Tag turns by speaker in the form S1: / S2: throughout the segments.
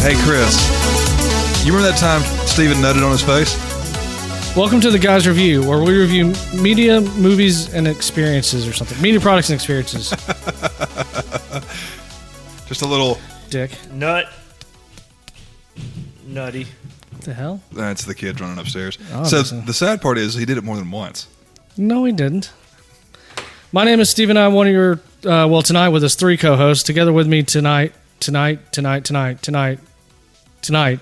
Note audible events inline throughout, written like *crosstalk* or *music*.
S1: Hey, Chris. You remember that time Steven nutted on his face?
S2: Welcome to the Guys Review, where we review media, movies, and experiences, or something. Media products and experiences. *laughs*
S1: Just a little.
S2: Dick,
S3: Nut. Nutty.
S2: what the hell?
S1: That's the kid running upstairs. so
S2: Obviously.
S1: the sad part is he did it more than once.
S2: No, he didn't. My name is Steven. I'm one of your. Uh, well, tonight with us three co-hosts. Together with me tonight, tonight, tonight, tonight, tonight, tonight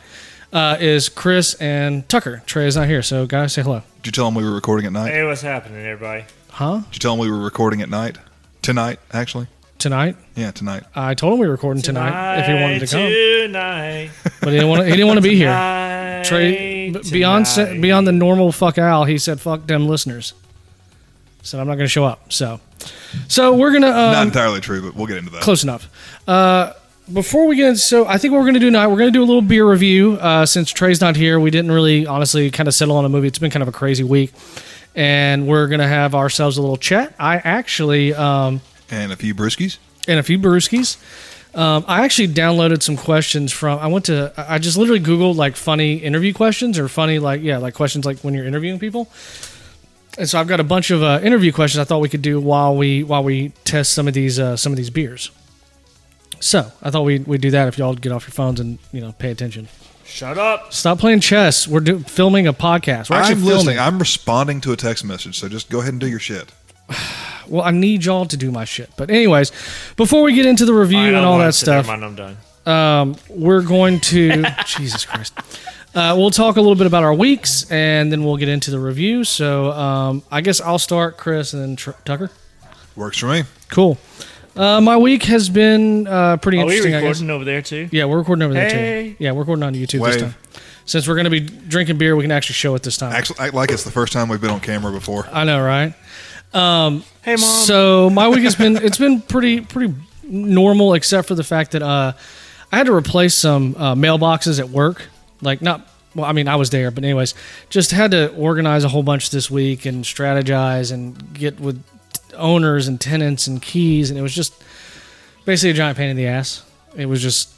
S2: uh, is Chris and Tucker. Trey is not here, so guys, say hello.
S1: Did you tell him we were recording at night?
S3: Hey, what's happening, everybody?
S2: Huh?
S1: Did you tell him we were recording at night? Tonight, actually.
S2: Tonight?
S1: Yeah, tonight.
S2: I told him we were recording tonight, if he wanted to come,
S3: Tonight.
S2: but he didn't want. To, he didn't want to be *laughs* here.
S3: tonight,
S2: Trey, b- beyond sa-
S3: tonight.
S2: beyond the normal fuck Al, he said fuck them listeners. Said I'm not going to show up. So, so we're gonna um,
S1: Not entirely true, but we'll get into that.
S2: close enough. Uh, before we get into, so I think what we're going to do tonight, we're going to do a little beer review. Uh, since Trey's not here, we didn't really, honestly, kind of settle on a movie. It's been kind of a crazy week, and we're going to have ourselves a little chat. I actually, um,
S1: And a few brewskis.
S2: and a few brewskis. Um, I actually downloaded some questions from. I went to. I I just literally Googled like funny interview questions or funny like yeah like questions like when you're interviewing people. And so I've got a bunch of uh, interview questions I thought we could do while we while we test some of these uh, some of these beers. So I thought we we'd do that if y'all would get off your phones and you know pay attention.
S3: Shut up.
S2: Stop playing chess. We're do, filming a podcast. We're actually
S1: I'm
S2: filming.
S1: listening. I'm responding to a text message, so just go ahead and do your shit.
S2: Well, I need y'all to do my shit. But anyways, before we get into the review
S3: I
S2: and
S3: don't
S2: all
S3: want
S2: that
S3: to. Never
S2: stuff,
S3: mind, I'm done.
S2: um, we're going
S3: *laughs*
S2: to Jesus Christ. Uh, we'll talk a little bit about our weeks, and then we'll get into the review. So um, I guess I'll start, Chris, and then Tr- Tucker.
S1: Works for me.
S2: Cool. Uh, my week has been uh, pretty
S3: Are we
S2: interesting. I guess.
S3: recording over there, too?
S2: Yeah, we're recording over there
S3: Hey.
S2: too. Yeah, we're recording on YouTube
S1: Wave.
S2: this time. Since we're going to be drinking beer, we can actually show it this time.
S1: Actually, act like it's the first time we've been on camera before.
S2: I know, right?
S3: Hey, Mom.
S2: So my week has been it's been pretty pretty normal, except for the fact that uh, I had to replace some uh, mailboxes at work. Like not well, I mean I was there, but anyways, just had to organize a whole bunch this week and strategize and get with owners and tenants and keys, and it was just basically a giant pain in the ass. It was just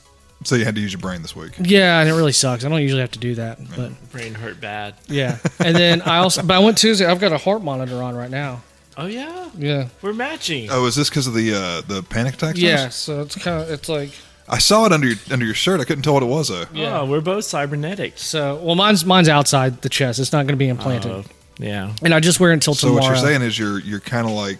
S1: So you had to use your brain this week.
S2: yeah, and it really sucks. I don't usually have to do that, but
S3: Brain hurt bad.
S2: yeah. And then I also but I went Tuesday. I've got a heart monitor on right now.
S3: Oh, yeah.
S2: Yeah.
S3: We're matching.
S1: Oh, is this because of the uh, the panic attacks?
S2: Yeah, so it's kind of it's like
S1: I saw it under your, under your shirt. I couldn't tell what it was though.
S2: yeah.
S3: Oh, we're both cybernetics.
S2: So, well, mine's mine's outside the chest. It's not going to be implanted,
S3: Oh, yeah.
S2: and I just wear it until
S1: So
S2: tomorrow.
S1: what you're saying is you're you're kind of like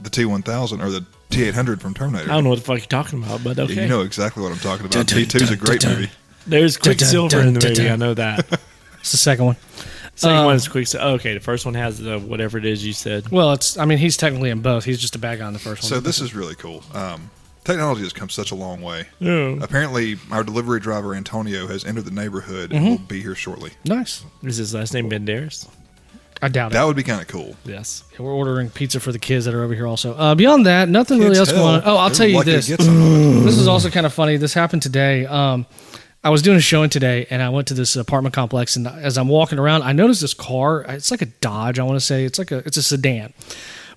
S1: the T1000 or the T800 from Terminator.
S3: I
S2: Oh,
S3: don't know what the fuck you're talking about, but okay.
S1: Yeah, you know exactly what I'm talking
S2: Dun,
S1: about.
S2: dun,
S1: T2 is a
S2: dun,
S1: great
S2: dun, dun.
S1: movie.
S3: There's Quicksilver
S2: dun,
S3: in the
S2: dun,
S3: movie.
S2: dun.
S3: I
S2: *laughs*
S3: know that.
S2: It's the second one.
S3: Second
S2: Um,
S3: one is Quicksilver. Oh, okay, the first one has the whatever it is you said.
S2: Well, it's. I mean, he's technically in both. He's just a bad guy in the first one.
S1: So this is really cool. Um, technology has come such a long way.
S2: Mm-hmm.
S3: Yeah.
S2: oh.
S1: Apparently, our delivery driver Antonio has entered the neighborhood and
S2: Mm-hmm.
S1: will be here shortly.
S2: nice.
S3: Is his last name Banderas?
S2: I doubt
S1: That would be kind of cool.
S3: Yes.
S2: it. We're ordering pizza for the kids that are over here. Also, uh, beyond that, nothing really
S1: Kids
S2: else. Going on.
S1: hell,
S2: Oh, I'll
S1: they're
S2: tell you
S1: lucky to
S2: this.
S1: get something.
S2: this is also kind of funny. This happened today. Um, I was doing a showing today, and I went to this apartment complex. And as I'm walking around, I noticed this car. It's like a Dodge. I want to say it's like a it's a sedan,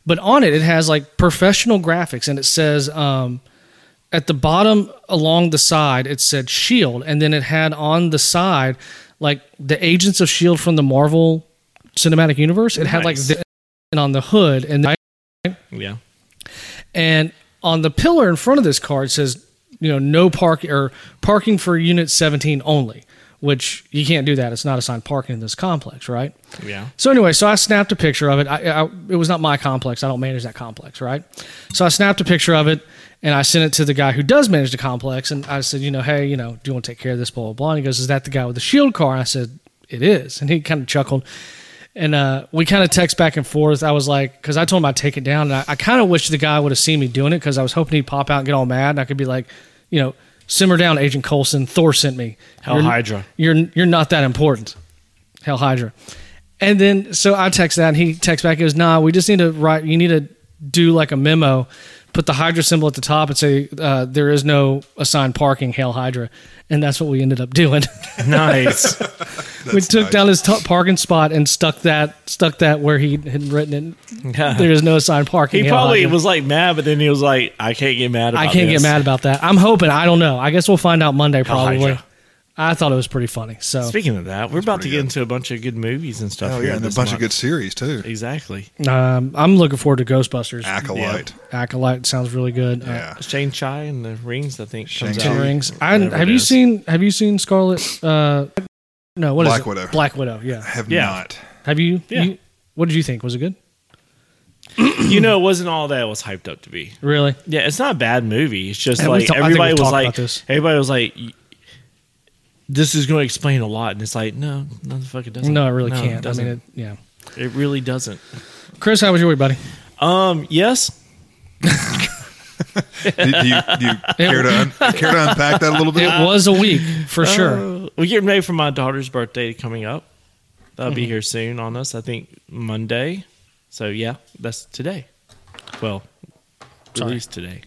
S2: but on it it has like professional graphics, and it says um, at the bottom along the side it said Shield, E and then it had on the side like the agents of Shield E from the Marvel Cinematic Universe. It had like
S3: Nice.
S2: the, and on the hood, and
S3: Yeah.
S2: and on the pillar in front of this car, it says, you know, no park or parking for unit 17 only, which you can't do that. It's not assigned parking in this complex, right?
S3: *laughs* Yeah.
S2: So anyway, so I snapped a picture of it. I, I, it was not my complex. I don't manage that complex, right? So I snapped a picture of it and I sent it to the guy who does manage the complex. And I said, you know, hey, you know, do you want to take care of this? Blah blah blah. And he goes, is that the guy with the shield car? And I said, it is. And he kind of chuckled. And uh, we kind of text back and forth. I was like, because I told him I'd take it down, and I, I kind of wish the guy would have seen me doing it because I was hoping he'd pop out and get all mad, and I could be like, you know, simmer down, Agent Coulson. Thor sent me.
S3: Hell
S2: You're-
S3: Hydra.
S2: You're you're not that important. Hell Hydra. And then so I text that, and he texts back. He goes, "Nah, we just need to write. You need to do like a memo, put the Hydra symbol at the top, and say uh, there is no assigned parking. Hail Hydra." And that's what we ended up doing. *laughs*
S3: Nice.
S2: *laughs* we took
S1: nice.
S2: down his top parking spot and stuck that stuck that where he had written it. There is no assigned parking.
S3: he
S2: Hail
S3: probably
S2: Hydra.
S3: was like mad, but then he was like, I can't get mad about
S2: I can't
S3: this.
S2: get mad about that. I'm hoping. I don't know. I guess we'll find out Monday
S3: Hell Hydra.
S2: probably. I thought it was pretty funny. So
S3: Speaking of that, we're about
S1: pretty
S3: to get
S1: good.
S3: into a bunch of good movies and stuff.
S1: Oh
S3: here
S1: yeah, and a
S3: this
S1: bunch of
S3: month.
S1: good series too.
S3: Exactly.
S2: um, I'm looking forward to Ghostbusters.
S1: Acolyte.
S2: Acolyte sounds really good. Uh,
S1: Yeah.
S3: Shane Chai and the Rings, I think.
S1: Shang-Chi.
S3: comes
S2: Ten
S3: out.
S2: Rings. I,
S3: Whatever
S2: have
S3: it
S2: you
S3: is.
S2: seen Have you seen Scarlet? Uh, no, what is
S1: Black
S2: it?
S1: Widow.
S2: Black Widow. Yeah.
S1: Have
S2: *laughs*
S3: Yeah.
S1: not.
S2: Have you?
S3: Yeah.
S2: you- what did you think? Was it good?
S3: You know, it wasn't all that it was hyped up to be.
S2: Really?
S3: Yeah, it's not a bad movie. It's just
S2: Yeah, we
S3: like
S2: ta- I think
S3: everybody
S2: we've
S3: was
S2: talked
S3: like,
S2: about this.
S3: everybody was like, y- this is going to explain a lot, and it's like, no, no, the fuck it doesn't.
S2: No, I really
S3: it
S2: can't. I
S3: doesn't.
S2: mean, it, yeah.
S3: it, really doesn't.
S2: Chris, how was your week, buddy?
S3: Um, yes,
S1: Do, do you, do you care to un-
S2: *laughs*
S1: care to unpack that a little bit?
S2: It was a week *laughs* for sure.
S3: Uh, we're getting ready for my daughter's birthday coming up. That'll
S2: Mm-hmm.
S3: be here soon on us. I think Monday. So yeah, that's today. Well,
S2: Sorry.
S3: released today.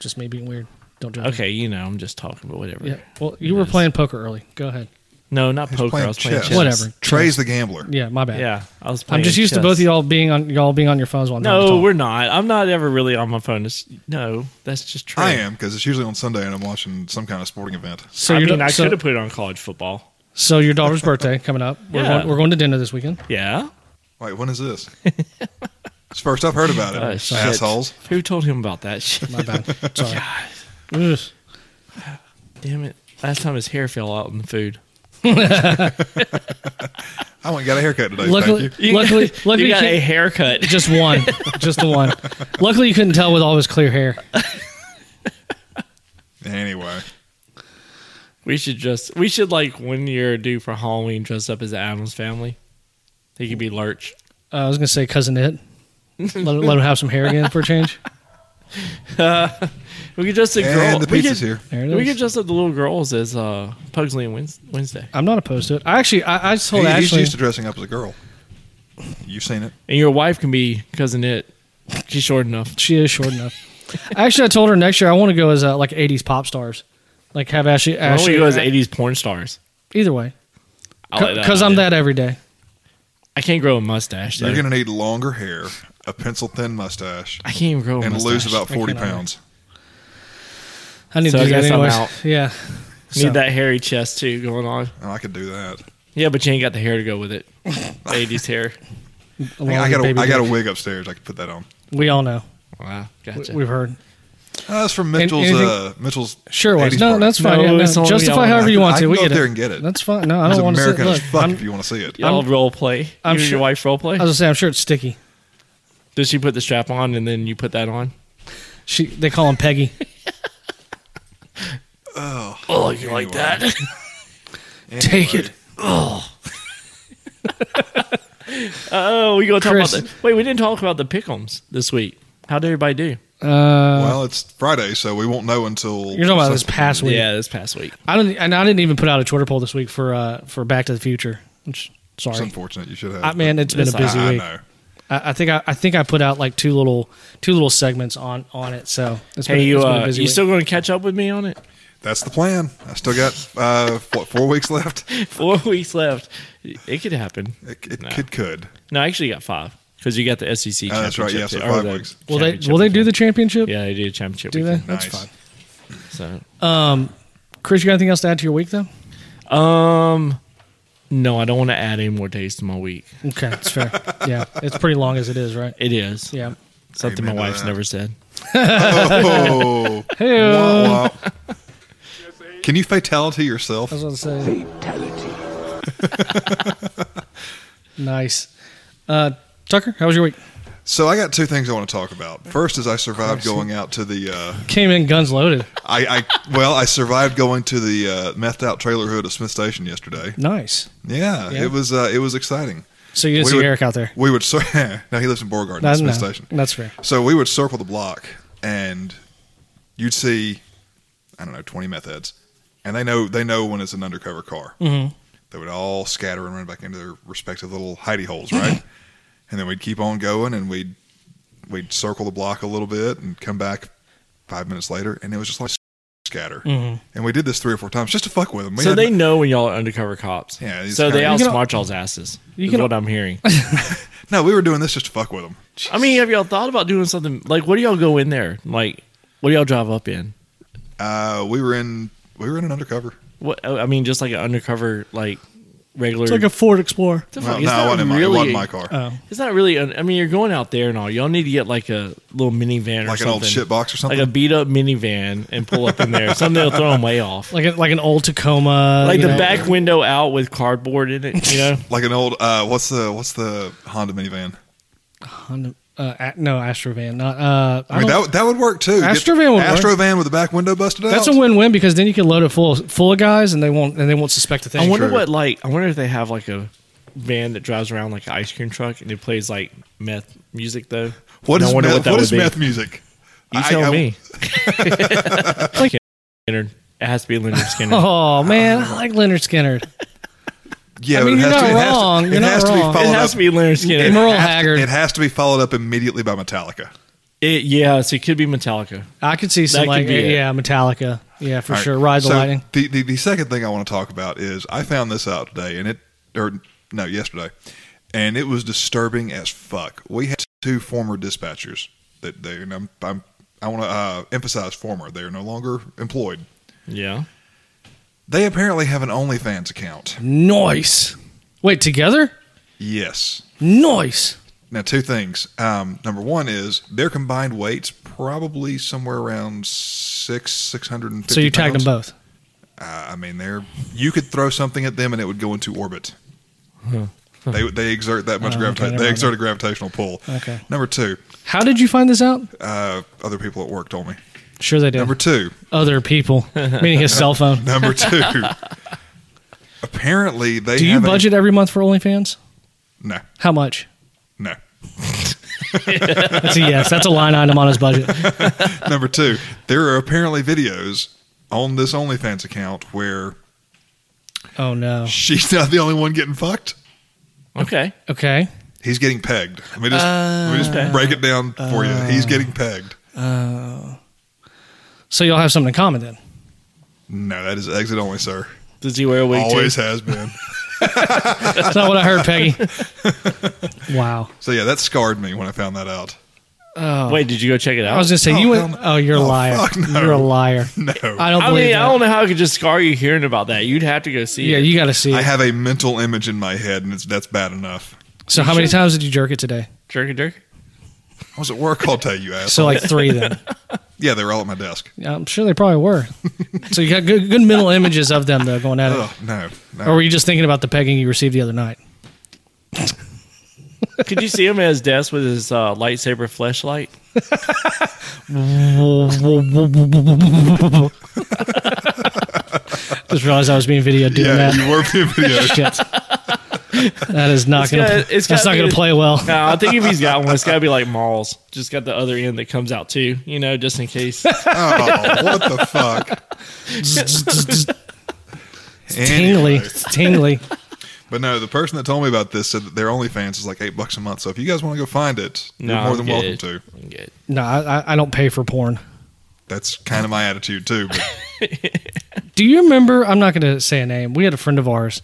S2: Just me being weird. Don't judge. me.
S3: Okay, you know, I'm just talking, but whatever.
S2: Yeah. Well, you
S3: It
S2: were
S3: is.
S2: playing poker early. Go ahead.
S3: No, not poker.
S1: playing
S3: I was playing
S1: chess.
S3: chess.
S2: Whatever.
S1: Trey's the gambler.
S2: Yeah, my bad.
S3: Yeah, I was. Playing
S2: I'm just used to both of
S3: chess.
S2: y'all being on y'all being on your phones while I'm trying to
S3: No,
S2: talk.
S3: we're not. I'm not ever really on my phone. It's, no, that's just true.
S1: I am because it's usually on Sunday and I'm watching some kind of sporting event.
S2: so
S3: I
S2: your
S3: mean, I
S2: so,
S3: could have put it on college football.
S2: so your daughter's birthday coming up. We're,
S3: Yeah.
S2: going, we're going to dinner this weekend.
S3: Yeah.
S1: Wait, when is
S2: *laughs*
S1: this? it's the first I've heard about it.
S3: Oh, shit.
S1: Assholes.
S3: Who told him about that *laughs* shit?
S2: My bad. Sorry. Ugh.
S3: Damn it. Last time his hair fell out in the food.
S1: I went and got a haircut today.
S2: Luckily,
S1: thank you.
S2: luckily, luckily,
S3: *laughs* you got
S2: you
S3: a
S2: can't-
S3: haircut.
S2: just one, just the one. Luckily, you couldn't tell with all his clear hair. Uh,
S1: Anyway,
S3: We should just we should like one year do for Halloween dress up as the Adams family. He could be Lurch.
S2: Uh, I was gonna say cousin it. Let, him- let him have some hair again for a change.
S3: We could just a girl.
S1: and the
S3: we
S1: pizza's
S3: could,
S1: here.
S2: There it
S3: We could
S2: is.
S3: dress up the little girls as uh, Pugsley and Wednes- Wednesday.
S2: I'm not opposed to it. I actually, I, I just told
S1: He- he's
S2: Ashley.
S1: used to dressing up as a girl. You've seen it.
S3: And your wife can be cousin it. She's short enough.
S2: She is short enough. Actually, I told her next year I want to go as uh, like '80s pop stars, like have Ashley.
S3: Why don't
S2: Ashley
S3: we go as eighties porn stars?
S2: Either way,
S3: I like
S2: because I'm
S3: idea.
S2: that every day.
S3: I can't grow a mustache. Though.
S1: You're going to need longer hair, a pencil thin mustache,
S3: I can't even grow a
S1: and
S3: mustache.
S1: lose about 40
S2: cannot.
S1: pounds.
S2: I need
S3: So
S2: to
S3: I
S2: do that
S3: guess I'm
S2: anyways.
S3: out.
S2: Yeah,
S3: Need
S2: So-
S3: that hairy chest too going on.
S1: Oh, I could do that.
S3: Yeah, but you ain't got the hair to go with
S1: *laughs*
S3: it. Eighties hair.
S2: along
S1: I
S2: with
S1: got, a,
S2: baby
S1: I got a
S2: dick.
S1: wig upstairs. I could put that on.
S2: We all know.
S3: Wow,
S2: We-
S3: gotcha.
S2: We've heard.
S1: Uh, that's from Mitchell's.
S2: anything-
S1: uh, Mitchell's.
S2: Sure was.
S1: 80s
S2: No,
S1: party.
S2: that's fine.
S3: No,
S2: yeah, no,
S3: it's only
S2: Justify
S3: y'all.
S2: however you
S1: I-
S2: want
S1: I
S2: to.
S1: can
S2: we
S1: go
S2: get
S1: up there
S2: it.
S1: and get it.
S2: That's fine. No, I
S1: It's
S2: don't want to sit.
S1: American
S2: Look,
S1: as fuck
S2: I'm,
S1: if you want to see it.
S3: Y'all
S2: I'm-
S3: role play.
S2: I'm
S3: you and
S2: sure-
S3: your wife role play.
S2: I was gonna say I'm sure it's sticky.
S3: Does she put the strap on and then you put that on?
S2: She they call him
S3: *laughs*
S2: Peggy.
S3: Oh, you like that? *laughs*
S2: Take it.
S3: oh, we gonna talk
S2: Chris-
S3: about the wait. We didn't talk about the pickums this week. How did everybody do?
S2: Uh,
S1: Well, it's Friday, so we won't know until.
S2: you're talking about this
S1: Sunday.
S2: past week.
S3: Yeah, this past week.
S2: I don't and I didn't even put out a Twitter poll this week for uh for Back to the Future. Which,
S1: It's
S2: sorry,
S1: unfortunate. You should have.
S2: I, man, it's been a
S3: It's-
S2: busy
S1: I, I
S2: week.
S1: know.
S2: I, I think I, I think I put out like two little two little segments on on it. So it's
S3: Hey,
S2: been,
S3: you
S2: it's been
S3: uh,
S2: a busy
S3: you
S2: week.
S3: still gonna catch up with me on it? *laughs*
S1: That's the plan. I still got uh, what four weeks left.
S3: Four weeks left. It could happen.
S1: It, it
S3: No.
S1: could could.
S3: No, I actually got five because you got the SEC.
S1: Oh, that's right,
S3: championship
S1: yeah, so
S3: too, or
S1: five
S3: the
S1: weeks.
S2: will they
S3: championship
S2: will they
S3: weekend.
S2: do the championship?
S3: Yeah, they do the championship.
S2: Do they?
S3: weekend,
S2: That's
S1: Nice.
S2: fine.
S3: So
S2: Chris, you got anything else to add to your week though?
S3: Um, no, I don't want to add any more days to my week.
S2: Okay, that's fair. *laughs* yeah, it's pretty long as it is, right?
S3: It is
S2: Yeah.
S3: something
S1: Amen
S3: my
S1: to
S3: wife's
S1: that.
S3: never said.
S2: *laughs*
S1: Oh,
S2: Hey,
S1: wah, wah. can you fatality yourself?
S2: I was about to say. *laughs* nice. Uh, Tucker, how was your week?
S1: So I got two things I want to talk about. First is I survived going out to the. Uh,
S2: Came in guns loaded.
S1: I, I well, I survived going to the uh, methed out trailer hood at Smith Station yesterday.
S2: Nice.
S1: Yeah,
S2: Yeah.
S1: it was uh, it was exciting.
S2: So you didn't
S1: We
S2: see
S1: would-
S2: Eric out there?
S1: We would so *laughs* now he lives in Beauregard,
S2: No,
S1: not Smith
S2: no,
S1: Station.
S2: That's fair.
S1: So we would circle the block, and you'd see, I don't know, twenty meth heads, and they know they know when it's an undercover car. Mm-hmm. They would all scatter and run back into their respective little hidey holes, right?
S3: Mm-hmm.
S1: and then we'd keep on going, and we'd we'd circle the block a little bit, and come back five minutes later, and it was just like scatter.
S3: mm-hmm.
S1: And we did this three or four times just to fuck with them. We
S3: so
S1: had-
S3: they know when y'all are undercover cops.
S1: Yeah, it's
S3: So they
S1: kinda- You
S2: can al-
S3: outsmart y'all's asses.
S2: you
S3: is
S2: can al-
S3: what
S2: *laughs*
S3: I'm hearing.
S1: no, we were doing this just to fuck with them.
S3: I mean, have y'all thought about doing something like what do y'all go in there? Like what do y'all drive up in?
S1: Uh, we were in we were in an undercover.
S3: What I mean, just like an undercover, like regular.
S2: It's like a Ford Explorer.
S3: What the
S1: Well,
S3: fuck?
S1: no,
S3: It's
S1: it
S3: not
S1: wasn't, my, it
S3: really- uh,
S1: wasn't my car.
S2: Oh,
S3: It's not really. An, I mean, you're going out there and all. Y'all need to get like a little minivan, or
S1: like an
S3: something.
S1: old shit box or something.
S3: like a beat up minivan, and pull up in
S1: *laughs*
S3: there. something that'll throw them way off.
S2: like a, like an old Tacoma.
S3: Like
S2: you
S3: the
S2: know.
S3: back window out with cardboard in it. You know,
S1: like an old uh, what's the what's the Honda minivan?
S2: Honda- uh, a- no, Astrovan. Not. Uh, I
S1: I mean
S2: don't-
S1: that would- that would work too. Get
S2: Astrovan would work.
S1: Astrovan with the back window busted out.
S2: that's a win-win because then you can load it full full of guys and they won't and they won't suspect a thing.
S3: I wonder
S1: True.
S3: what like. I wonder if they have like a van that drives around like an ice cream truck and it plays like meth music though.
S1: What
S3: And I
S1: is
S3: wonder
S1: meth,
S3: what that
S1: what
S3: would
S1: is
S3: be.
S1: meth music?
S3: You
S1: I-
S3: tell
S1: I- *laughs*
S3: me. like Leonard. It has to be
S1: *laughs*
S3: Leonard Skinner.
S2: Oh man, I like Leonard Skinner.
S1: Yeah,
S2: I mean,
S1: but it
S2: you're
S1: has to,
S2: not
S1: it has to-
S2: wrong. You're
S1: it
S2: not
S1: has to be
S2: wrong.
S1: followed
S3: *laughs* it
S1: up.
S3: has to be Leonard Skinner.
S2: Merle
S1: it has to-
S2: Haggard.
S1: It has to be followed up immediately by Metallica.
S3: It, yeah, so it could be Metallica.
S2: I could see
S3: That
S2: some
S3: could
S2: like
S3: be it.
S2: yeah, Metallica. Yeah, for
S1: All right.
S2: sure. Ride the
S1: So,
S2: lightning.
S1: The, the the second thing I want to talk about is I found this out today, and it or no yesterday, and it was disturbing as fuck. We had two former dispatchers that they and I'm, I'm I want to uh, emphasize former. They are no longer employed.
S3: Yeah.
S1: They apparently have an OnlyFans account.
S2: Noise. Wait, together?
S1: Yes.
S2: Noise.
S1: Now, two things. Um, number one is their combined weights probably somewhere around six six hundred and fifty.
S2: So you tagged them both.
S1: Uh, I mean, they're you could throw something at them and it would go into orbit. They they exert that much
S2: Oh, okay,
S1: gravita-
S2: never
S1: They
S2: mind.
S1: exert a gravitational pull.
S2: Okay.
S1: Number two,
S2: How did you find this out?
S1: uh, other people at work told me.
S2: Sure they did.
S1: Number
S2: *laughs*
S1: two, *laughs*
S2: Other people, meaning his cell phone.
S1: number two. apparently, they
S2: Do you
S1: have a-
S2: budget every month for OnlyFans?
S1: no,
S2: How much?
S1: no. *laughs*
S2: That's a yes. That's a line item on
S1: *laughs*
S2: his budget.
S1: Number two, there are apparently videos on this OnlyFans account where
S2: Oh no.
S1: she's not the only one getting fucked.
S3: Okay.
S2: Okay.
S1: He's getting pegged. Let me just, let me just break it down for you. He's getting pegged.
S2: So y'all have something in common then.
S1: No, that is exit only, sir.
S3: Does he wear a wig
S1: Always
S3: too?
S1: has been.
S2: That's not what I heard,
S1: *laughs*
S2: Peggy. Wow.
S1: So yeah, that scarred me when I found that out. *laughs*
S3: Wait, did you go check it out?
S2: I was gonna say you
S1: Oh,
S2: went.
S1: hell no.
S2: Oh, you're a
S1: Oh,
S2: liar.
S1: fuck no.
S2: You're a liar.
S1: No,
S2: I
S1: I,
S2: don't
S3: I
S2: believe
S3: mean,
S2: that.
S3: I don't know how it could just scar you hearing about that. You'd have to go see
S2: yeah,
S3: it.
S2: you got to see. It.
S1: have a mental image in my head, and it's that's bad enough.
S2: so how many times did you jerk it today?
S3: Jerky jerk.
S1: I was at work all day, you ass.
S2: So like three *laughs* then.
S1: yeah, they were all at my desk.
S2: I'm sure they probably were. So you got good, good mental images of them though going at it.
S1: Oh no, no.
S2: Or were you just thinking about the pegging you received the other *laughs* night?
S3: Could you see him at his desk with his uh, lightsaber flashlight?
S2: Just realized I was being videoed doing
S1: yeah,
S2: that.
S1: you were being
S2: *laughs*
S1: videoed.
S2: Shit. That is not
S3: It's
S2: gonna.
S3: gotta- it's
S2: that's
S3: gotta
S2: not
S3: be
S2: gonna
S3: the-
S2: play
S3: *laughs*
S2: well.
S3: No, I think if he's got one, it's got to be like Mauls. Just got the other end that comes out too, you know, just
S1: *laughs*
S3: in case.
S1: oh, what the fuck?
S2: tingly.
S1: Anyway,
S2: It's tingly.
S1: but no, the person that told me about this said that their OnlyFans is like eight bucks a month. So if you guys want to go find it,
S3: No,
S1: you're more
S3: I'm
S1: than
S3: good.
S1: welcome to.
S3: I'm good.
S2: No, I, I- I don't pay for porn.
S1: That's kind of my attitude too. But
S2: Do you remember? I'm not going to say a name. We had a friend of ours.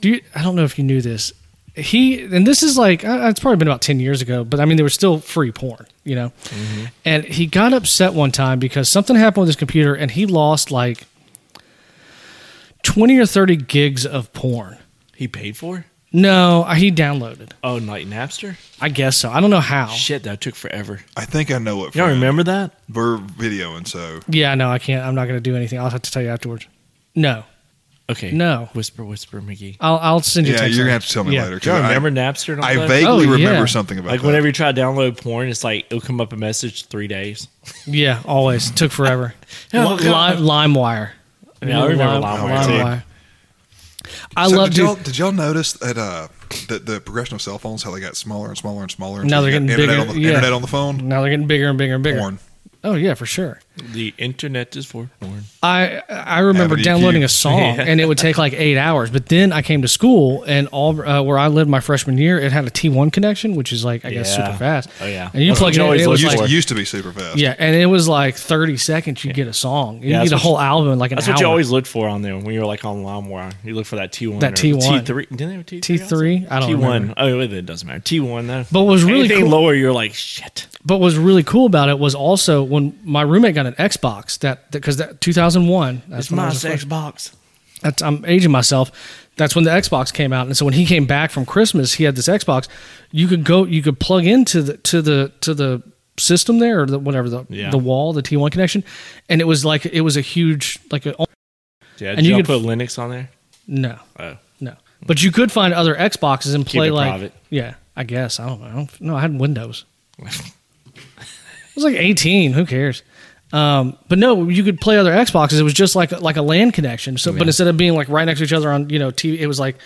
S2: Do you, I don't know if you knew this. He and this is like uh, it's probably been about ten years ago, but I mean there was still free porn, you know. And he got upset one time because something happened with his computer, and he lost like twenty or thirty gigs of porn.
S3: He paid for? it?
S2: No, he downloaded.
S3: Oh, like Napster?
S2: I guess so. I don't know how.
S3: Shit, that took forever.
S1: I think I know what.
S3: Y'all
S1: friend.
S3: Oh. remember that?
S1: We're videoing, so
S2: Yeah, no, I can't. I'm not going to do anything. I'll have to tell you afterwards. No,
S3: Okay.
S2: No.
S3: Whisper, whisper, McGee.
S2: I'll I'll send you. a
S1: yeah,
S2: text
S1: you're gonna
S2: later.
S1: have to tell me
S2: Yeah.
S1: later. 'cause
S3: Do you
S1: I-
S3: remember Napster? And all
S1: I,
S3: that?
S1: vaguely
S2: Oh, yeah.
S1: remember something about
S3: like
S1: that.
S3: whenever you try to download porn, it's like it'll come up a message three days.
S2: Yeah, always took
S3: *laughs*
S2: forever.
S3: Oh,
S2: Li- LimeWire.
S3: Yeah, I remember LimeWire too.
S2: I
S1: So
S2: love
S1: did y'all,
S2: dude.
S1: did y'all notice that uh, that the progression of cell phones how they got smaller and smaller and smaller?
S2: Now they're
S1: until you
S2: getting
S1: got internet
S2: bigger,
S1: On the,
S2: yeah.
S1: Internet on the phone.
S2: Now they're getting bigger and bigger and bigger.
S1: Porn.
S2: Oh yeah, for sure.
S3: The internet is for porn.
S2: I I remember
S1: Having EQ.
S2: downloading a song
S3: *laughs* Yeah.
S2: and it would take like eight hours. But then I came to school and all uh, where I lived my freshman year, it had a T one connection, which is like I guess
S3: Yeah.
S2: super fast.
S3: Oh, yeah.
S2: and you
S3: That's
S2: plug
S3: what
S2: it
S3: you
S2: in,
S3: always
S2: it
S3: look
S2: was
S1: Used,
S2: like
S1: used to be super fast.
S2: yeah, and it was like thirty seconds. You would get a song. You
S3: Yeah,
S2: would get a
S3: that's
S2: whole album in like an
S3: That's
S2: hour.
S3: what you always looked for on there when you were like on LimeWire. You look for that T one,
S2: That
S3: T
S2: T1.
S3: three. Didn't they have T
S2: T three. I don't
S3: T one.
S2: remember.
S3: Oh, it it doesn't matter. T one though.
S2: But what was really
S3: anything
S2: cool-
S3: lower, you're like shit.
S2: But what was really cool about it was also when my roommate got an Xbox that because that, 2001. That's
S3: It's
S2: when I
S3: my
S2: was a freshman.
S3: Xbox.
S2: that's, I'm aging myself. That's when the Xbox came out, and so when he came back from Christmas, he had this Xbox. You could go, you could plug into the to the to the system there or the, whatever the
S3: Yeah.
S2: the wall, the T1 connection, and it was like it was a huge like a,
S3: Yeah,
S2: And
S3: did
S2: you
S3: you
S2: could-
S3: put Linux on there?
S2: no
S3: Oh,
S2: no, but you could find other Xboxes and play
S3: it
S2: like
S3: private.
S2: yeah, I guess I don't, I don't no, I had Windows. I was like 18. Who cares? Um, but no, you could play other Xboxes. It was just like like a LAN connection. So, but instead of being like right next to each other on you know TV, it was like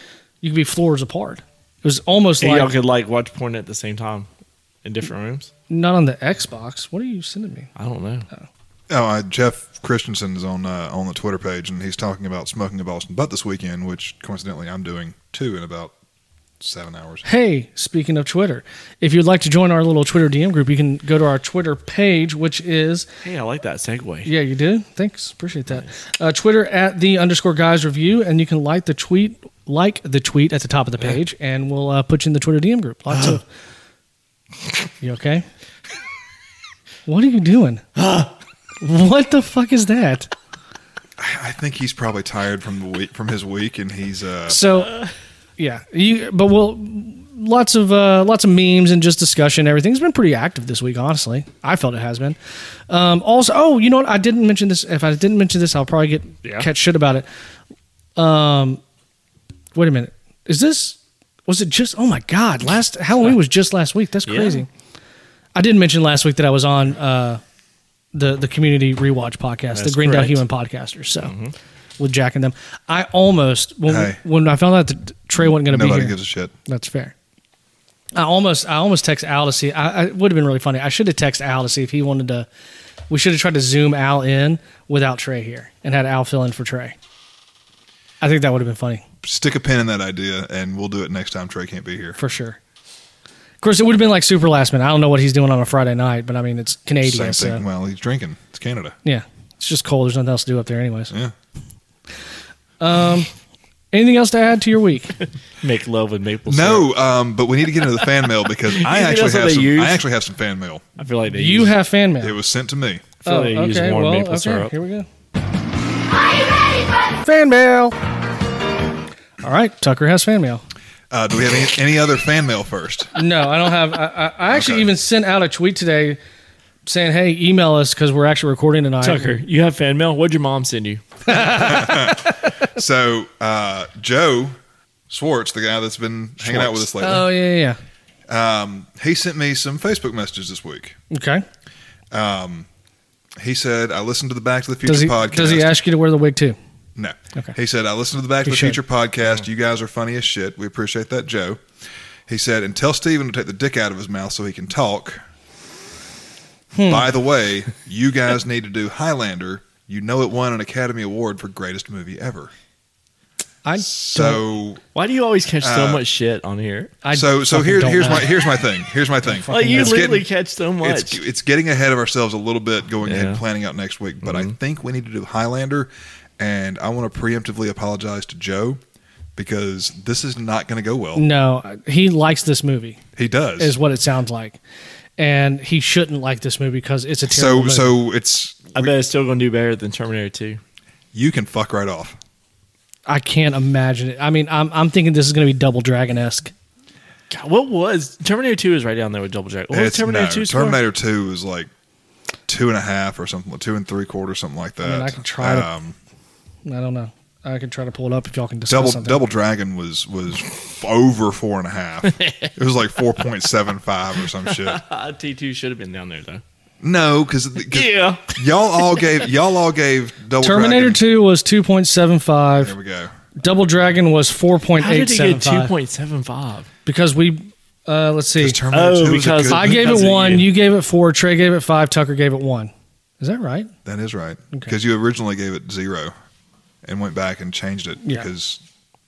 S2: you could be floors apart. It was almost
S3: and y'all
S2: like
S3: could *laughs* like watch porn at the same time in different rooms.
S2: not on the Xbox. What are you sending me?
S3: I don't know.
S1: Oh, uh, Jeff Christensen's on uh, on the Twitter page, and he's talking about smoking a Boston butt this weekend, which coincidentally I'm doing too in about seven hours.
S2: Hey, speaking of Twitter, if you'd like to join our little Twitter DM group, you can go to our Twitter page, which is
S3: Hey, I like that segue.
S2: Yeah, you did. Thanks, appreciate that. Uh, Twitter at the underscore guys review, and you can like the tweet, like the tweet at the top of the page, and we'll uh, put you in the Twitter DM group. Lots of. You okay? What are you doing? what the fuck is that?
S1: I think he's probably tired from the week from his week, and he's uh,
S2: So, yeah, you. But we'll lots of uh, lots of memes and just discussion. Everything's been pretty active this week. Honestly, I felt it has been. Um, also, oh, you know what? I didn't mention this. If I didn't mention this, I'll probably get
S3: Yeah.
S2: catch shit about it. Um, wait a minute. Is this? Was it just? Oh my god! Last Halloween was just last week. That's
S3: Yeah.
S2: crazy. I did mention last week that I was on uh, the the community rewatch podcast, the
S3: That's
S2: Greendale
S3: correct.
S2: Human
S3: Mm-hmm.
S2: podcasters. So with Jack and them, I almost when
S1: Hey.
S2: when I found out that Trey wasn't going to be
S1: nobody
S2: here.
S1: gives a shit.
S2: That's fair. I almost I almost text Al to see. I, I would have been really funny. I should have texted Al to see if he wanted to. We should have tried to zoom Al in without Trey here and had Al fill in for Trey. I think that would have been funny
S1: Stick a pin in that idea, and we'll do it next time Trey can't be here.
S2: for sure. Of course, it would have been like super last minute. I don't know what he's doing on a Friday night, but I mean it's Canadian,
S1: Same
S2: so
S1: thing. Well, he's drinking. It's Canada.
S2: yeah, it's just cold. There's nothing else to do up there, anyways. Um,
S1: Yeah.
S2: Anything else to add to
S1: *laughs*
S2: your week?
S3: Make love with maple syrup.
S1: No, um, but we need to get into the fan mail because I
S3: think
S1: actually
S3: that's what
S1: have
S3: they
S1: some.
S3: use?
S1: I actually have some fan mail.
S3: I feel like they
S2: you
S3: use,
S2: have fan
S1: It
S2: mail.
S1: was sent to me.
S3: I feel
S2: Oh,
S3: like they use warm maple syrup.
S2: Here we go. Fan mail. All right, Tucker has fan mail.
S1: Uh, do we have any, any other fan mail first?
S2: No, I don't have. I, I, I actually
S1: Okay.
S2: even sent out a tweet today saying, "Hey, email us because we're actually recording tonight."
S3: Tucker, you have fan mail. What'd your mom send you?
S1: So uh, Joe Schwartz, the guy that's been hanging out with us lately,
S2: Oh yeah, yeah.
S1: he sent me some Facebook messages this week.
S2: yeah. Okay.
S1: He said, "I listened to the Back to the Future
S2: Does he
S1: podcast."
S2: does he ask you to wear the wig too?
S1: No.
S2: Okay.
S1: He said, I listened to the Back to
S2: He
S1: the
S2: should.
S1: Future podcast. You guys are funny as shit. We appreciate that, Joe. He said, and tell Steven to take the dick out of his mouth so he can talk.
S2: Hmm.
S1: By the way, you guys need to do Highlander. You know it won an Academy Award for greatest movie ever.
S2: I don't.
S1: So
S3: Why do you always catch
S1: Uh,
S3: so much shit on here?
S2: I
S1: so so
S2: fucking
S1: here,
S2: don't
S1: here's
S2: know.
S1: my here's my thing. Here's my
S2: *laughs*
S1: thing.
S3: Like you
S1: It's
S3: literally
S1: getting-
S3: catch so much.
S1: it's it's getting ahead of ourselves a little bit going ahead and
S3: Yeah.
S1: planning out next week but i
S2: Mm-hmm.
S1: think we need to do highlander and i want to preemptively apologize to joe because this is not going to go
S2: Mm.
S1: well
S2: No, he likes this movie,
S1: he does
S2: is what it sounds like, and he shouldn't like this movie because it's a
S1: so
S2: terrible. movie.
S1: so it's
S3: I bet it's still gonna do better than Terminator Two.
S1: you can fuck right off
S2: I can't imagine it. I mean, I'm I'm thinking this is going to be Double Dragon esque.
S3: God, what was Terminator Two is right down there with Double Jack. What was
S1: it's,
S3: Terminator
S1: no,
S3: Two?
S1: terminator 2 is like two and a half or something two and three quarters something like that
S2: mean, I can try to-
S1: um,
S2: I don't know. I can try to pull it up if y'all can discuss
S1: double
S2: something.
S1: double dragon was was f- over four and a
S2: *laughs*
S1: half it was like 4.75 or some shit
S3: Uh, T Two should have been down there though.
S1: no because
S3: Yeah.
S1: Y'all all gave y'all all gave Double
S2: Terminator
S1: Dragon-
S2: Two was two point seven
S1: There
S2: five.
S1: we go.
S2: Double Dragon was four point
S3: How
S2: eight
S3: did he
S2: seven
S3: get two
S2: five.
S3: point seven five?
S2: Because we, uh, let's see.
S1: Because Terminator 2
S3: Oh,
S1: is a
S3: because
S1: good
S2: I
S1: movie.
S2: gave
S3: Because
S2: it
S3: of
S2: one.
S3: you.
S2: You. gave it four. Trey gave it five. Tucker gave it one. Is that right?
S1: that is right because you originally gave it zero, and went back and changed it
S2: Yeah.
S1: because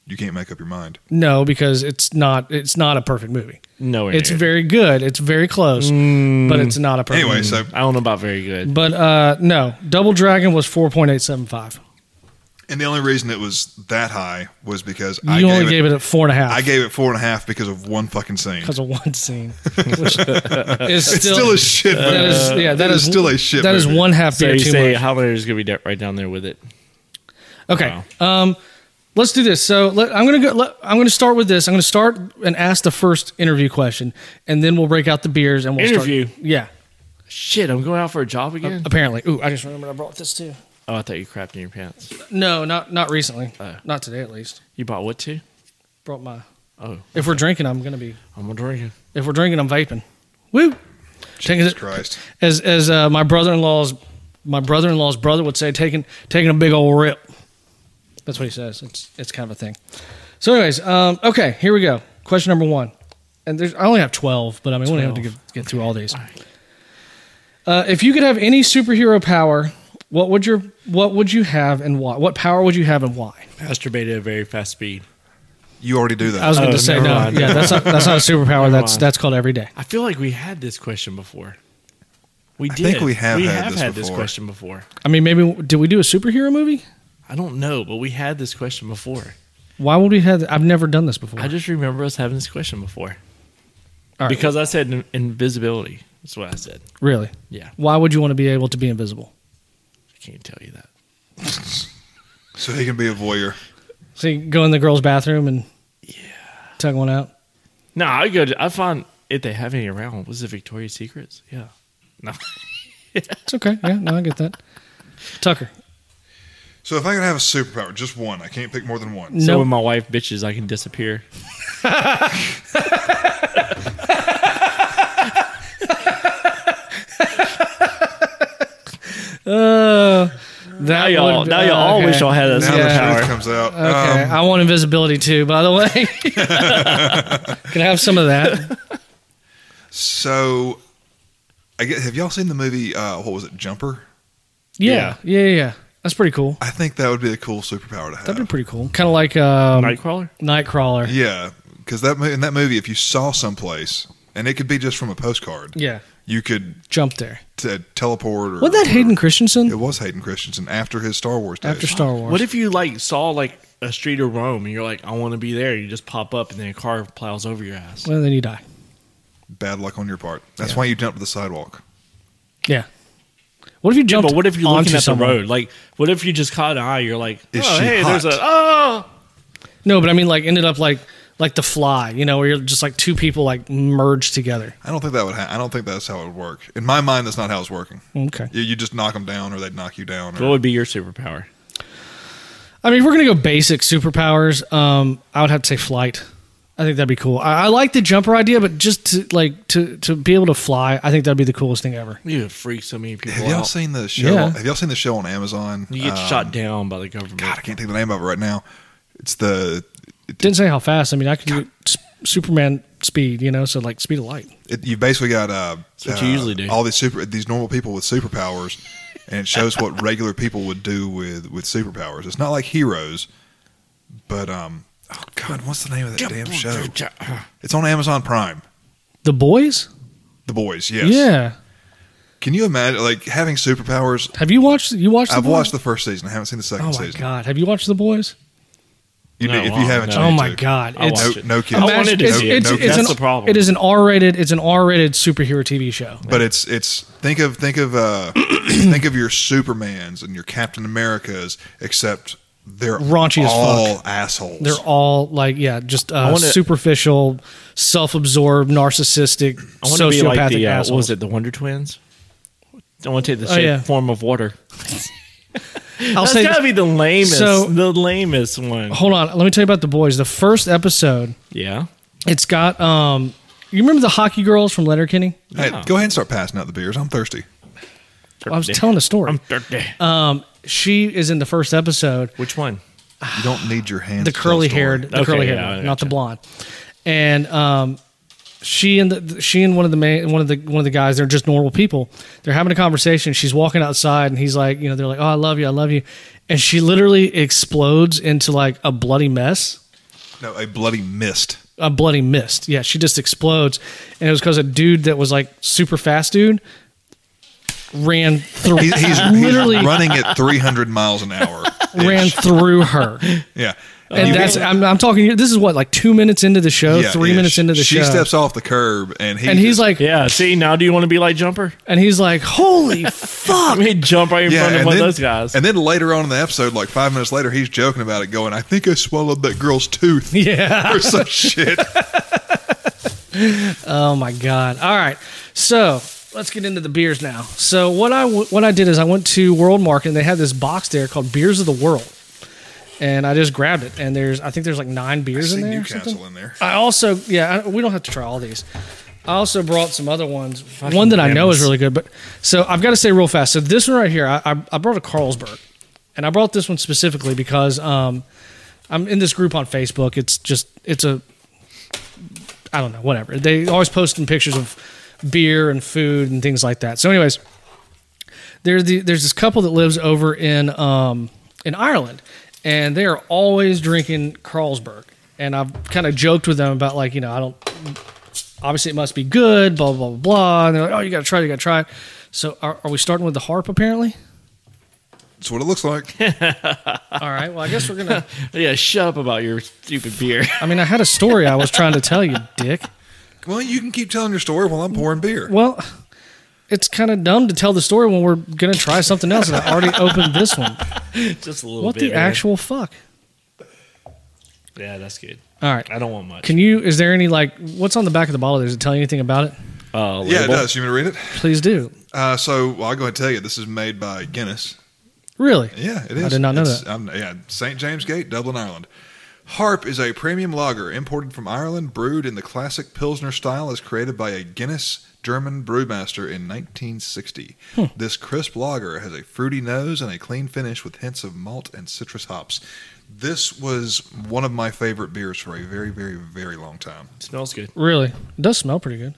S1: you can't make up your mind.
S2: No, because it's not. It's not a perfect movie.
S3: Nowhere.
S2: It's
S3: near.
S2: very good. It's very close, but it's not a perfect.
S1: Hmm. Anyway,
S2: movie.
S1: so
S3: I don't know about very good.
S2: but uh, no, Double Dragon was four point eight seven five.
S1: and the only reason it was that high was because
S2: You
S1: I
S2: only
S1: gave,
S2: gave
S1: it,
S2: it, at four and a half.
S1: I gave it four and a half because of one fucking scene.
S2: because of one
S1: *laughs*
S2: scene, which is
S1: It's
S2: still,
S1: still, a shit.
S2: that
S1: movie.
S2: is yeah that
S1: It is
S2: is
S1: still a shit
S2: That is
S1: movie.
S2: one half
S3: Uh, So
S2: beer
S3: you
S2: too
S3: say
S2: much.
S3: Highlander is gonna be da- right down there with it.
S2: Okay. Um, Let's do this. So let, I'm gonna go. Let, I'm gonna start with this. I'm gonna start and ask the first interview question, and then we'll break out the beers and we'll
S3: Interview?
S2: Start, yeah,
S3: Shit, I'm going out for a job again.
S2: apparently. Ooh, I just remembered I brought this too.
S3: Uh, Oh, I thought you crapped in your pants.
S2: No, not not recently.
S3: Uh.
S2: not today, at least.
S3: You bought what too?
S2: Brought my.
S3: Oh,
S2: If we're drinking, I'm gonna be.
S3: I'm gonna drink it.
S2: If we're drinking, I'm vaping. Woo. Taking
S1: Jesus
S2: it-
S1: Christ.
S2: as as uh, my brother-in-law's my brother-in-law's brother would say, taking taking a big old rip. That's what he says. It's it's kind of a thing. So, anyways, um, okay, here we go. Question number one, and there's I only have twelve, but I mean we only have to get, get through all these. Uh, if you could have any superhero power, what would your what would you have and why? What power would you have and why?
S3: Masturbate at a very fast speed.
S1: You already do that.
S2: I was going
S3: Oh,
S2: to say
S3: never
S2: no.
S3: mind.
S2: Yeah, that's not, that's not a
S3: *laughs*
S2: superpower. that's
S3: mind.
S2: that's called every day.
S3: I feel like we had this question before. We did.
S1: think we have had this
S3: had this
S1: before.
S3: question before.
S2: I mean, maybe did we do a superhero movie?
S3: I don't know, but we had this question before.
S2: Why would we have? I've never done this before.
S3: I just remember us having this question before.
S2: All right.
S3: Because I said in- invisibility. That's what I said.
S2: Really?
S3: Yeah.
S2: Why would you want to be able to be invisible?
S3: I can't tell you that.
S1: so he can be a voyeur.
S2: So you go in the girls' bathroom and tug one out.
S3: No, I go. To, I find if they have any around. Was it Victoria's Secrets? Yeah. No. *laughs*
S2: It's okay. Yeah, no, I get that. Tucker.
S1: So if I could have a superpower, just one, I can't pick more than one.
S3: So
S2: No.
S3: when my wife bitches, I can disappear.
S2: Uh, that
S3: Now y'all,
S2: would-
S3: now y'all all
S2: okay.
S3: wish y'all had that
S1: Now
S2: Yeah.
S1: the
S3: superpower.
S1: truth comes out.
S2: Okay,
S1: Um,
S2: I want invisibility too. By the way,
S1: *laughs*
S2: can I have some of that?
S1: so, I get, have y'all seen the movie? Uh, what was it, Jumper?
S2: Yeah, yeah, yeah. yeah. That's pretty cool.
S1: I think that would be a cool superpower to have.
S2: That'd be pretty cool. Kind of like um,
S3: Nightcrawler.
S2: Nightcrawler.
S1: yeah, because that mo- in that movie, if you saw someplace, and it could be just from a postcard,
S2: Yeah,
S1: you could
S2: jump there.
S1: t- teleport. Or,
S2: Was that Hayden
S1: It
S2: Christensen
S1: was Hayden Christensen after his Star Wars days.
S2: after Star Wars?
S3: What if you like saw like a street of Rome and you're like, I want to be there. You just pop up and then a car plows over your ass.
S2: Well, then you die.
S1: Bad luck on your part. That's why you jumped to the sidewalk.
S2: Yeah. What if you
S3: Yeah,
S2: jump?
S3: but what if you're looking at
S2: someone?
S3: the road? Like, what if you just caught an eye? You're like,
S1: Is
S3: oh,
S1: she
S3: hey,
S1: hot?
S3: there's a oh.
S2: No, but I mean, like, ended up like like the fly, you know, where you're just like two people like merged together.
S1: I don't think that would. Ha- I don't think that's how it would work. In my mind, that's not how it's working.
S2: Okay.
S1: You, you just knock them down, or they'd knock you down.
S3: What
S1: Or,
S3: would be your superpower?
S2: I mean, if we're gonna go basic superpowers, um, I would have to say flight. I think that'd be cool. I, I like the jumper idea, but just to like to to be able to fly, I think that'd be the coolest thing ever.
S3: You would freak so many people
S1: have y'all
S3: out.
S1: seen the show?
S2: Yeah.
S1: Have y'all seen the show on Amazon?
S3: you get
S1: Um,
S3: shot down by the government.
S1: God, I can't think of the name of it right now. It's the
S2: Didn't say how fast. I mean, I could do s- Superman speed, you know, so like speed of light.
S1: it, you basically got uh,
S3: That's what
S1: uh,
S3: you usually do.
S1: all these super these normal people with superpowers, and it shows what regular people would do with with superpowers. It's not like heroes, but um, oh god, what's the name of that damn show? It's on Amazon Prime.
S2: The boys?
S1: The Boys, yes.
S2: Yeah.
S1: Can you imagine like having superpowers?
S2: Have you watched? You watched? The
S1: I've
S2: Boys?
S1: watched the first season. I haven't seen the second
S2: Oh my
S1: season.
S2: god! Have you watched the boys?
S1: You
S3: No,
S1: need- if
S3: I
S1: you haven't,
S3: haven't.
S1: you
S2: Oh
S1: need
S2: my
S1: to.
S2: god!
S3: I'll
S2: It's
S3: watch
S1: No,
S3: it.
S1: no kidding.
S3: I wanted to
S2: it's,
S3: see it.
S2: it's,
S1: No
S2: it's
S1: kidding.
S2: an,
S3: That's the problem.
S2: It is an R-rated. It's an R-rated superhero TV show.
S1: But it's it's think of think of uh *clears throat* think of your Supermans and your Captain Americas, except they're
S2: Raunchy as
S1: all assholes.
S2: They're all like, yeah, just uh,
S3: wanna-
S2: superficial, self-absorbed, narcissistic,
S3: I want to be like
S2: sociopathic
S3: the uh, what
S2: assholes.
S3: was it? The Wonder Twins. I want to take the
S2: Oh,
S3: shape
S2: yeah.
S3: form of water.
S2: I'll
S3: That's
S2: say.
S3: gotta be the lamest.
S2: So- Oh.
S3: the lamest one.
S2: hold on. Let me tell you about the boys. The first episode,
S3: Yeah.
S2: it's got. um You remember the hockey girls from Letterkenny?
S1: Hey, go ahead and start passing out the beers. I'm thirsty.
S2: I was telling a story.
S3: *laughs* I'm dirty.
S2: Um, she is in the first episode.
S3: Which one?
S1: You don't need your hands.
S2: the
S1: to tell a
S2: curly haired,
S1: story.
S2: the
S3: Okay,
S2: curly haired,
S3: yeah, I
S2: not
S3: gotcha.
S2: the blonde. And um, she and the she and one of the man, one of the one of the guys, they're just normal people. They're having a conversation. She's walking outside, and he's like, you know, they're like, oh, I love you, I love you, and she literally explodes into like a bloody mess.
S1: No, a bloody
S2: *laughs*
S1: mist.
S2: A bloody mist. Yeah, she just explodes, and it was because a dude that was like super fast, dude, ran through.
S1: He's, he's, he's
S2: literally
S1: running at 300 miles an hour.
S2: ran through her.
S1: *laughs* Yeah,
S2: And
S1: You
S2: that's
S1: can-
S2: I'm, I'm talking. This is what like two minutes into the show,
S1: Yeah,
S2: three
S1: ish.
S2: minutes into the
S1: she
S2: show,
S1: steps off the curb and he
S2: and he's
S1: just-
S2: like,
S3: Yeah. See, now do you want to be like Jumper?
S2: and he's
S1: *laughs*
S2: like, holy
S3: I
S2: fuck!
S3: mean, jump right in
S1: yeah,
S3: front of
S1: and
S3: one
S1: then,
S3: of those guys.
S1: and then later on in the episode, like five minutes later, he's joking about it, going, "I think I swallowed that girl's tooth
S2: *laughs* Yeah.
S1: or some shit."
S2: Oh my god. All right. So let's get into the beers now. So what I w- what I did is I went to World Market and they had this box there called Beers of the World, and I just grabbed it. And there's I think there's like nine beers
S1: See
S2: in there. or
S1: Newcastle
S2: something.
S1: in there.
S2: I also, yeah, I, we don't have to try all these. I also brought some other ones. one that I know is
S3: Bama's.
S2: really good, but so I've got to say real fast. So this one right here, I, I, I brought a Carlsberg, and I brought this one specifically because um, I'm in this group on Facebook. It's just it's a I don't know whatever they always posting pictures of beer and food and things like that. So, anyways, there's the, there's this couple that lives over in um, in Ireland, and they are always drinking Carlsberg. And I've kind of joked with them about like you know I don't obviously it must be good blah blah blah blah. And they're like oh you got to try it, you got to try it. So are, are we starting with the harp apparently?
S1: That's what it looks like. *laughs*
S2: All right. Well, I guess we're gonna.
S3: yeah, shut up about your stupid beer. *laughs*
S2: I mean, I had a story I was trying to tell you, Dick.
S1: Well, you can keep telling your story while I'm pouring beer.
S2: Well, it's kind of dumb to tell the story when we're gonna try something else, and I already opened this one.
S3: Just a little
S2: What
S3: bit.
S2: the
S3: man.
S2: actual fuck?
S3: Yeah, that's good.
S2: All right.
S3: I don't want much.
S2: Can you? Is there any like what's on the back of the bottle? Does it tell you anything about it?
S3: uh,
S1: yeah, it
S3: label?
S1: does. You want me to read it?
S2: Please do.
S1: Uh, so well, I'll go ahead and tell you. This is made by Guinness.
S2: Really?
S1: Yeah, it is.
S2: did not know
S1: It's-
S2: that.
S1: Um, yeah, St. James Gate, Dublin, Ireland. Harp is a premium lager imported from Ireland, brewed in the classic Pilsner style as created by a Guinness German brewmaster in 1960.
S2: Hmm.
S1: This crisp lager has a fruity nose and a clean finish with hints of malt and citrus hops. This was one of my favorite beers for a very, very, very long time.
S3: It smells good.
S2: Really? It does smell pretty good.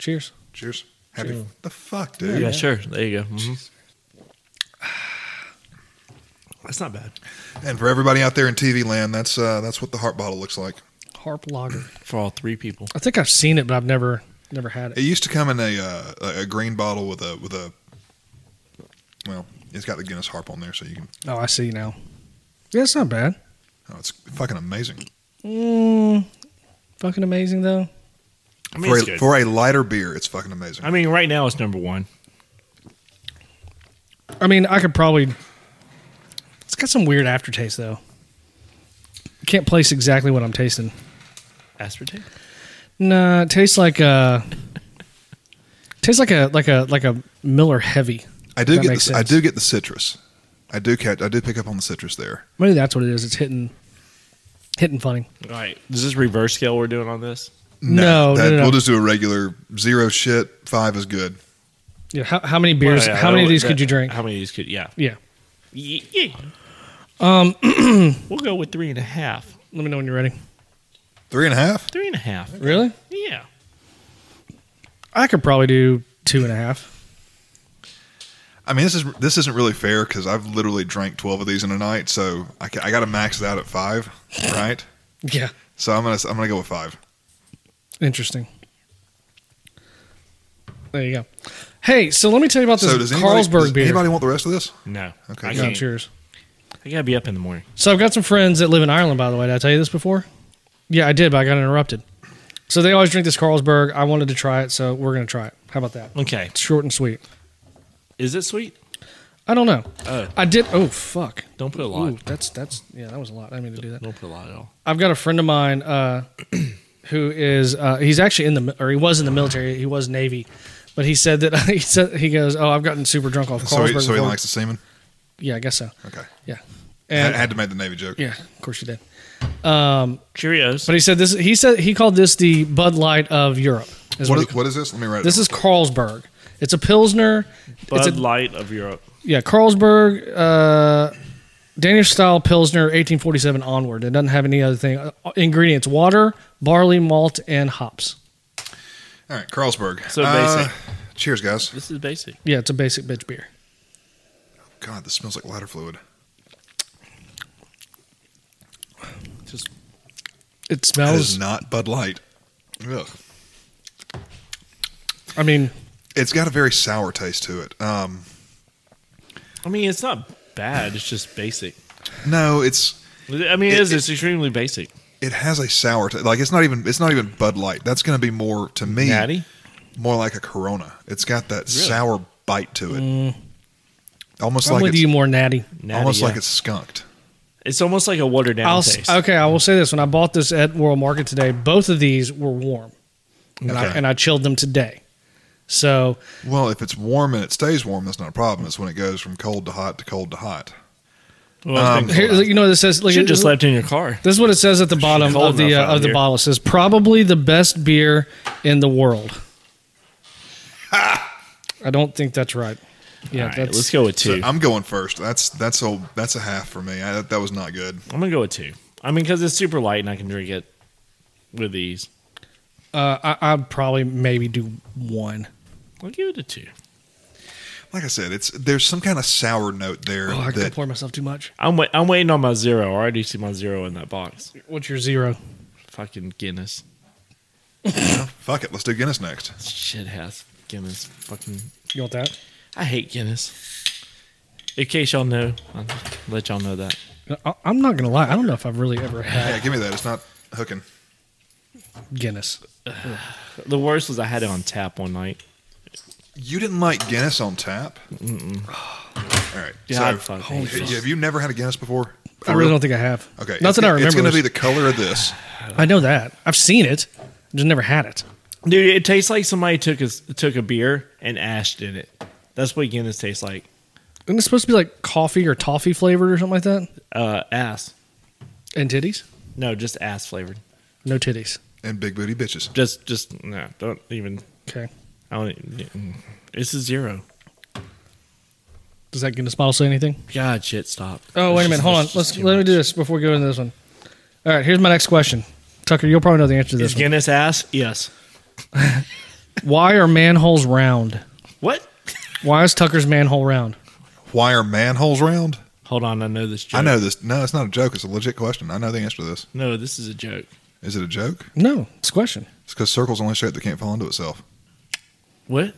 S2: Cheers.
S1: Cheers. Happy
S2: Cheers.
S1: the fuck,
S3: Yeah,
S1: dude.
S3: sure. There you go. Mhm. That's not bad
S1: And for everybody out there in TV land, that's uh, that's what the heart bottle looks like.
S2: Harp Lager.
S3: for all three people.
S2: I think I've seen it, but I've never never had
S1: It
S2: it.
S1: used to come in a uh, a- a green bottle with a with a well, it's got the Guinness harp on there, so you can.
S2: Oh, I see now. Yeah, it's not bad.
S1: Oh, it's fucking amazing
S2: Mm, fucking amazing though.
S3: I mean,
S1: for
S3: it's
S1: a,
S3: good.
S1: for a lighter beer. It's fucking amazing.
S3: I mean, right now it's number one.
S2: I mean, I could probably. It's got some weird aftertaste though. Can't place exactly what I'm tasting.
S3: Aspartame.
S2: Nah, it tastes like a. tastes like a like a like a Miller Heavy.
S1: I do get
S2: that
S1: the,
S2: makes
S1: I
S2: sense.
S1: do get the citrus. I do catch. I do pick up on the citrus there.
S2: Maybe that's what it is. It's hitting, hitting funny.
S3: All right. Is this reverse scale we're doing on this?
S2: No, no,
S1: that,
S2: no, no.
S1: we'll just do a regular zero shit. Five is good.
S2: Yeah, how, how many beers?
S3: Well, yeah,
S2: how many
S3: that-
S2: of these
S3: that-
S2: could you drink?
S3: How many of these could? Yeah.
S2: yeah,
S3: Yeah.
S2: *clears throat*
S3: Um, we'll go with three and a half.
S2: let me know when you're ready.
S1: Three and a half.
S3: Three and a half.
S2: Really?
S3: Yeah.
S2: I could probably do two and a half.
S1: I mean, this is this isn't really fair because I've literally drank twelve of these in a night, so I, ca- I got to max it out at five, right?
S2: Yeah,
S1: So I'm gonna I'm gonna go with five.
S2: interesting. There you go. Hey, so let me tell you about this
S1: So does anybody,
S2: Carlsberg
S1: does
S2: beer.
S1: anybody want the rest of this?
S3: No.
S1: Okay.
S3: I,
S2: No,
S3: can't.
S2: cheers.
S3: I gotta be up in the morning.
S2: So I've got some friends that live in Ireland, by the way. Did I tell you this before? Yeah, I did, but I got interrupted. So they always drink this Carlsberg. I wanted to try it, so we're gonna try it. How about that?
S3: Okay.
S2: It's short and sweet.
S3: Is it sweet?
S2: I don't know.
S3: Oh.
S2: I did. Oh fuck.
S3: Don't put a lot.
S2: Ooh, that's that's yeah, that was a lot. I didn't mean to do that.
S3: Don't put a lot at all.
S2: I've got a friend of mine uh, *clears throat* who is uh, he's actually in the mi- or he was in the military. He was Navy, but he said that *laughs* he said he goes, oh, I've gotten super drunk off Carlsberg.
S1: So he, so he
S2: before."
S1: likes the semen.
S2: Yeah, I guess so.
S1: Okay.
S2: Yeah,
S1: I
S2: and
S1: had to make the Navy joke.
S2: yeah, of course you did.
S3: Cheerios.
S2: But he said this. He said he called this the Bud Light of Europe. Is what
S1: What
S2: he
S1: is, what is this? Let me write
S2: This
S1: it.
S2: is Carlsberg. It's a Pilsner.
S3: Bud
S2: it's a,
S3: Light of Europe.
S2: yeah, Carlsberg, uh, Danish style Pilsner, 1847 onward. It doesn't have any other thing. Uh, ingredients water, barley, malt, and hops.
S1: down. All right, Carlsberg.
S3: So
S1: Uh,
S3: basic.
S1: cheers, guys.
S3: This is basic.
S2: Yeah, it's a basic bitch beer.
S1: God, this smells like lighter fluid.
S3: Just
S2: It
S1: That is
S2: smells.
S1: not Bud Light. Ugh.
S2: I mean,
S1: It's got a very sour taste to it. Um,
S3: I mean, it's not bad. It's just basic.
S1: no, it's
S3: I mean, it
S1: It-
S3: is.
S1: it-
S3: It's extremely basic.
S1: It has a sour taste. Like it's not even it's not even Bud Light. That's going to be more to me
S3: Natty?
S1: more like a Corona. It's got that sour bite to it. Almost
S2: Mm. I'm
S1: like
S2: with
S1: it's,
S2: you more natty.
S3: Natty,
S1: almost like
S3: yeah.
S1: it's skunked.
S3: It's almost like a watered down
S2: I'll, s- uh,
S3: taste.
S2: okay, I will say this: when I bought this at World Market today, both of these were warm, and I
S1: Okay.
S2: and I chilled them today. So
S1: Well, if it's warm and it stays warm, that's not a problem. It's when it goes from cold to hot to cold to hot.
S3: Well, I think-
S2: here, you know, what this says like
S3: should
S2: it-
S3: just left in your car.
S2: This is what it says at the bottom
S3: cold
S2: of the
S3: enough
S2: uh,
S3: out
S2: of the
S3: here.
S2: bottle. It says probably the best beer in the world. I don't think that's right. Yeah,
S3: All right,
S2: that's
S3: let's go with two.
S1: I'm going first. That's that's a that's a half for me. I, that, that was not good.
S3: I'm gonna go with two. I mean, because it's super light and I can drink it with ease.
S2: Uh, I, I'd probably maybe do one.
S3: I'll give it a two.
S1: Like I said, it's there's some kind of sour note there
S2: Oh, I can
S1: that
S2: pour myself too much.
S3: I'm wait. I'm waiting on my zero. I already see my zero in that box.
S2: What's your zero?
S3: Fucking Guinness.
S1: fuck it. Let's do Guinness next.
S3: Shit house. Guinness. Fucking.
S2: You want that?
S3: I hate Guinness. In case y'all know, I'll let y'all know that.
S2: I, I'm not gonna lie. I don't know if I've really ever
S1: Yeah,
S2: had
S1: give me that. It's not hooking.
S2: Guinness.
S3: The worst was I had it on tap one night.
S1: You didn't like Guinness on tap? All right.
S3: Yeah, I
S1: so,
S3: fucking hate
S1: have
S3: Guinness.
S1: you never had a Guinness before?
S2: I really don't think I have.
S1: Okay.
S2: nothing
S1: it's,
S2: I remember.
S1: It's going to be the
S2: was-
S1: color of this.
S2: I know that. I've seen it. Just never had it.
S3: Dude, it tastes like somebody took a took a beer and ashed in it. That's what Guinness tastes like.
S2: Isn't it supposed to be like coffee or toffee flavored or something like that?
S3: Uh, ass.
S2: And titties?
S3: No, just ass flavored.
S2: No titties.
S1: And big booty bitches.
S3: Just, just no. Don't even.
S2: Okay.
S3: I don't. It's a zero.
S2: Does that Guinness bottle say anything?
S3: God, shit, stop.
S2: Oh, wait a minute. Hold on. Let's let me do this before we go into this one. All right, here's my next question. Tucker, you'll probably know the answer to this.
S3: Is
S2: One.
S3: Guinness ass? Yes.
S2: Why are manholes round?
S3: What?
S2: Why is Tucker's manhole round?
S1: Why are manholes round?
S3: Hold on, I know this joke.
S1: I know this. No, it's not a joke. It's a legit question. I know the answer to this.
S3: No, this is a joke.
S1: Is it a joke?
S2: No, it's a question.
S1: It's because circle's the only shape that can't fall into itself.
S3: What?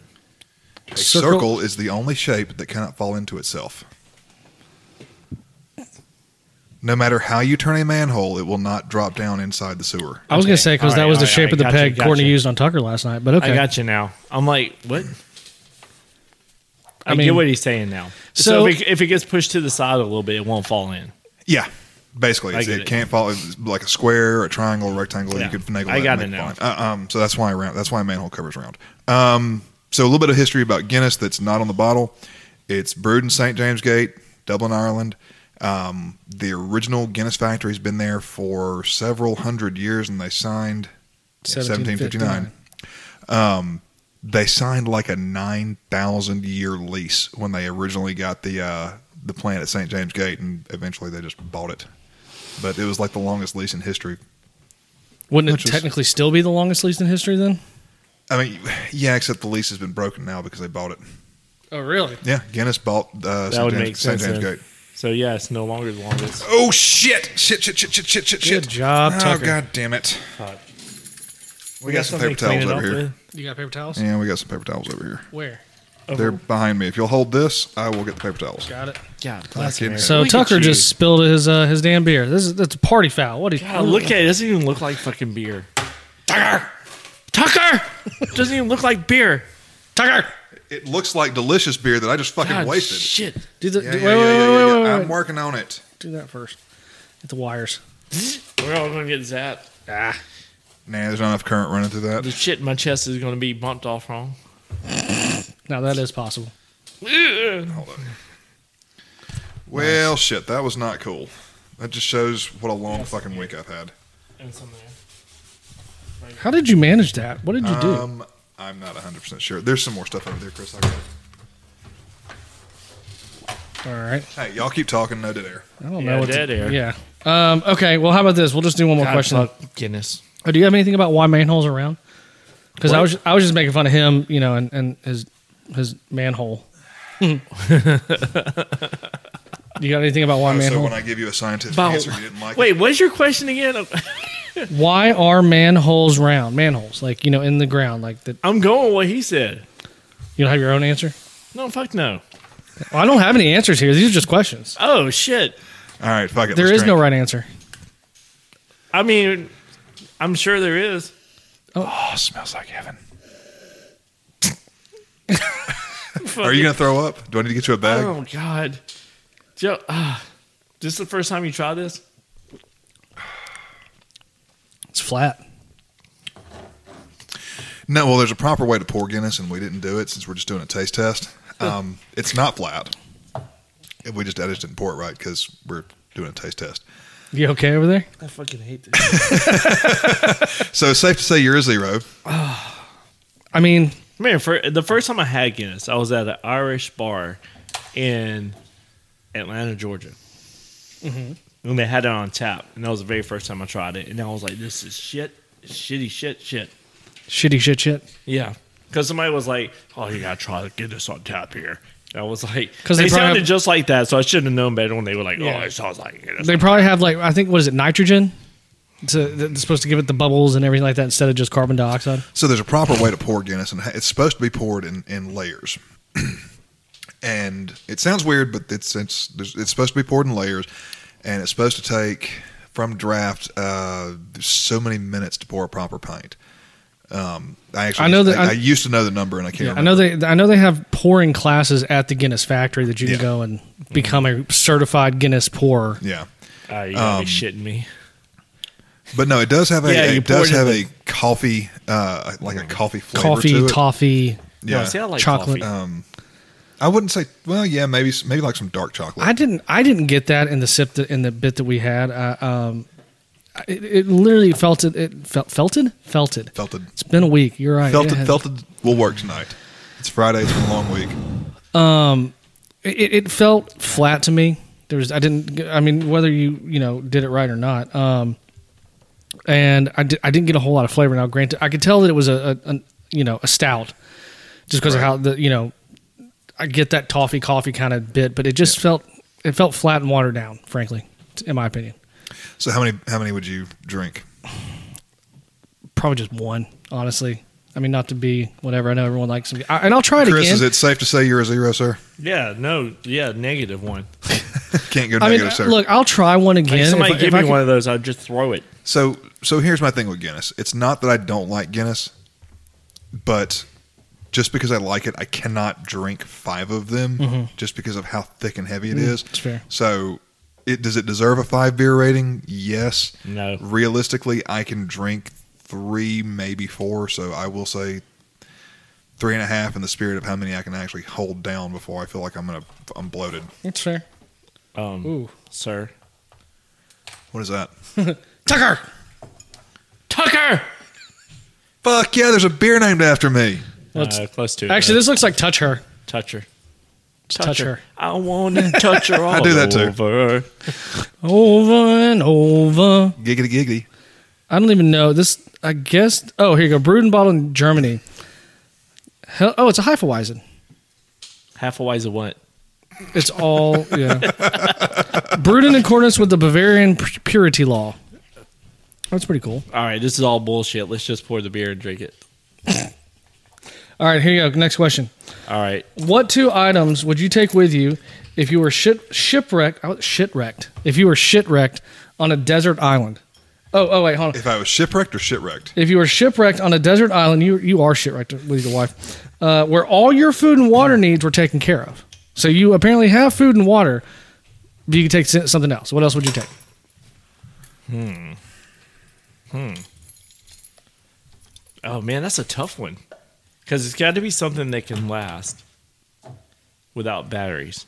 S1: A
S2: Circle-
S1: circle, is the only shape that cannot fall into itself. No matter how you turn a manhole, it will not drop down inside the sewer.
S2: I was going
S3: Okay.
S2: to say because
S3: All
S2: that
S3: right,
S2: was
S3: all
S2: the
S3: right,
S2: shape
S3: all
S2: of the
S3: right.
S2: peg
S3: Gotcha,
S2: Courtney
S3: gotcha.
S2: used on Tucker last night, but okay.
S3: I got you now. I'm like, what? I,
S2: I mean-
S3: get what he's saying now.
S2: So-
S3: So, if, it, if it gets pushed to the side a little bit, it won't fall in.
S1: Yeah, basically,
S3: I
S1: it's-
S3: get
S1: it,
S3: it.
S1: can't fall it's like a square, a triangle, a rectangle.
S3: Yeah.
S1: You could finagle.
S3: I
S1: that
S3: got
S1: and
S3: it
S1: make
S3: now.
S1: fine. Uh, um, so that's why round. That's why manhole covers round. Um, so a little bit of history about Guinness that's not on the bottle. It's brewed in St James Gate, Dublin, Ireland. Um, the original Guinness factory has been there for several hundred years, and they signed 1759. Um, they signed like a 9,000 year lease when they originally got the uh, the plant at St. James Gate, and eventually they just bought it. But it was like the longest lease in history.
S2: Wouldn't
S1: Which
S2: it
S1: is-
S2: technically still be the longest lease in history then?
S1: I mean, yeah, except the lease has been broken now because they bought it.
S2: Oh, really?
S1: Yeah, Guinness bought uh, St.
S3: would
S1: James, St.
S3: make sense
S1: James
S3: then.
S1: Gate.
S3: So yeah, it's no longer the longest.
S1: Oh shit! Shit! Shit! Shit! Shit! Shit! Shit!
S2: Good
S1: shit.
S2: job,
S1: Oh
S2: Tucker.
S1: god damn it!
S3: Fuck.
S1: We got some paper towels over here.
S2: You got paper towels?
S1: Yeah, we got some paper towels over here.
S2: Where?
S1: They're behind me. If you'll hold this, I will get the paper towels.
S2: Got it.
S3: God,
S1: bless America.
S2: So Tucker just spilled his uh, his damn beer. This is that's a party foul. What do you
S3: God, look at it. It Doesn't even look like fucking beer. Tucker, Tucker, It doesn't even look
S1: *laughs*
S3: like beer.
S2: Tucker?
S1: It looks like delicious beer that I just fucking
S3: God,
S1: wasted.
S3: shit.
S2: Do the,
S1: Yeah,
S2: do-
S1: yeah,
S2: wait,
S1: yeah,
S2: wait,
S1: yeah,
S2: wait,
S1: yeah,
S2: wait,
S1: yeah.
S2: wait,
S1: I'm working on it.
S2: Do that first. Get the wires.
S3: We're all gonna get zapped.
S1: Ah. Nah, there's not enough current running through
S3: The
S1: that.
S3: shit in my chest is gonna be bumped off wrong.
S2: Now that is possible.
S1: Hold on. Well, shit, that was not cool. That just shows what a long fucking week I've had.
S3: And some there.
S2: How did you manage that? What did you do?
S1: Um, I'm not 100% sure. There's some more stuff over there, Chris. I got it.
S2: All right.
S1: Hey, y'all keep talking, no dead air.
S2: I don't
S3: Yeah,
S2: know. What
S3: dead
S2: to,
S3: air.
S2: Yeah. Um, okay. Well, how about this? We'll just do one more
S3: God,
S2: question.
S3: fuck Guinness.
S2: Oh, do you have anything about why manholes are round? Because I
S3: What?
S2: was I was just making fun of him, you know, and, and his his
S3: *laughs*
S2: manhole. you got anything about why
S1: Oh, so
S2: manhole?
S1: when I give you a scientific
S3: Bow.
S1: answer, you didn't like
S3: Wait,
S1: it.
S3: what's your question again?
S2: why are manholes round? Manholes, like you know, in the ground, like that.
S3: I'm going with what he said.
S2: You don't have your own answer.
S3: No, fuck no.
S2: Well, I don't have any answers here. These are just questions.
S3: Oh shit.
S1: All right, fuck it.
S2: There
S1: let's
S2: is no
S1: drink.
S2: right answer.
S3: I mean, I'm sure there is.
S1: Oh, smells like heaven. Are you gonna throw up? Do I need to get you a bag?
S3: Oh God, Joe, ah, this is the first time you try this.
S2: It's flat.
S1: No, well, there's a proper way to pour Guinness, and we didn't do it since we're just doing a taste test. Um, it's not flat. We just I just didn't pour it right because we're doing a taste test.
S2: You okay over there?
S3: I fucking hate this.
S1: So it's safe to say you're a zero.
S2: I mean,
S3: Man, for the first time I had Guinness, I was at an Irish bar in Atlanta, Georgia,
S2: Mm-hmm.
S3: and they had it on tap, and that was the very first time I tried it, and I was like, "This is shit, shitty, shit, shit."
S2: shitty shit shit.
S3: Yeah, because somebody was like, "Oh, you gotta try to get this on tap here." And I was like,
S2: 'Cause
S3: because
S2: they
S3: they,
S2: probably
S3: sounded
S2: have-
S3: just like that, so I should have known better when they were like,
S2: Yeah.
S3: "Oh, it sounds like Guinness."
S2: They probably have like I think what is it nitrogen? To, that's supposed to give it the bubbles and everything like that instead of just carbon dioxide.
S1: So there's a proper way to pour Guinness, and it's supposed to be poured in, in layers. *clears throat* and it sounds weird, but it's, it's there's- it's supposed to be poured in layers, and it's supposed to take from draft uh, so many minutes to pour a proper pint. Um, I actually
S2: I know that-
S1: I,
S2: I-
S1: I used to know the number, and I can't.
S2: Yeah, I
S1: remember.
S2: know they I know they have pouring classes at the Guinness factory that you can
S1: Yeah.
S2: go and become a certified Guinness pourer.
S1: Yeah,
S3: Ah, you gotta be shitting me.
S1: but no, it does have a
S3: Yeah, you
S1: it does
S3: poured it
S1: have a
S3: in
S1: coffee uh, like a coffee flavor to
S2: Coffee,
S1: it.
S2: toffee.
S1: yeah,
S3: No, see, I like
S2: Chocolate.
S3: coffee.
S1: I wouldn't say. Well, yeah, maybe maybe like some dark chocolate.
S2: I didn't I didn't get that in the sip that, in the bit that we had. I, um, it, it literally felt it, it felt felted felted.
S1: felted
S2: It's been a week. You're right.
S1: felted
S2: It had-
S1: felted will work tonight. It's Friday. It's been a long week.
S2: Um, it, it felt flat to me. There was I didn't I mean whether you you know did it right or not. Um, and I, did, I didn't get a whole lot of flavor. Now, granted, I could tell that it was a, a, a you know a stout, just because
S1: Right.
S2: of how the you know I get that toffee coffee kind of bit, but it just felt it felt flat and watered down. Frankly, in my opinion,
S1: So how many how many would you drink?
S2: probably just one. Honestly, I mean not to be whatever. I know everyone likes them, I, and I'll try it
S1: Chris,
S2: again.
S1: is it safe to say you're a zero, sir? *laughs*
S3: yeah, no, yeah, negative one.
S1: Can't go
S2: I mean, uh,
S1: negative, sir.
S2: look, I'll try one
S3: Like,
S2: again.
S3: somebody
S2: I-
S3: give
S2: I
S3: me
S2: can-
S3: one of those, I'd just throw it.
S1: So so here's my thing with Guinness. It's not that I don't like Guinness, but just because I like it, I cannot drink five of them just because of how thick and heavy it is.
S2: it's Mm-hmm. Mm, fair.
S1: So it does it deserve a five beer rating? Yes.
S3: No.
S1: Realistically, I can drink three, maybe four, so I will say three and a half in the spirit of how many I can actually hold down before I feel like I'm gonna I'm bloated.
S2: It's fair.
S3: Um,
S2: Ooh,
S3: sir.
S1: What is that?
S2: Tucker.
S3: Tucker!
S1: Fuck yeah, there's a beer named after me.
S2: Let's-
S3: uh, close to it.
S2: Actually, this looks like touch her.
S3: touch her.
S2: Touch her.
S3: I want to
S2: *laughs*
S3: touch her all
S1: I do that too.
S3: over.
S2: Over and over.
S1: Giggity giggity.
S2: I don't even know this. I guess. Oh, here you go. Brewed and bottled in Germany. Hell, oh, it's a Hefeweizen.
S3: Half a wise of what?
S2: It's all *laughs* yeah. Brewed in accordance with the Bavarian pu- purity law. That's pretty cool.
S3: All right, this is all bullshit. Let's just pour the beer and drink it.
S2: All right, here you go. Next question.
S3: All right.
S2: What two items would you take with you if you were ship, shipwrecked? Oh, shipwrecked. If you were shipwrecked on a desert island. Oh, oh wait, hold on.
S1: If I was shipwrecked or shipwrecked?
S2: If you were shipwrecked on a desert island, you you are shipwrecked with your wife, uh, where all your food and water needs were taken care of. So you apparently have food and water, but you could take s- something else. What else would you take?
S3: Oh, man, that's a tough one. Because it's got to be something that can last without batteries.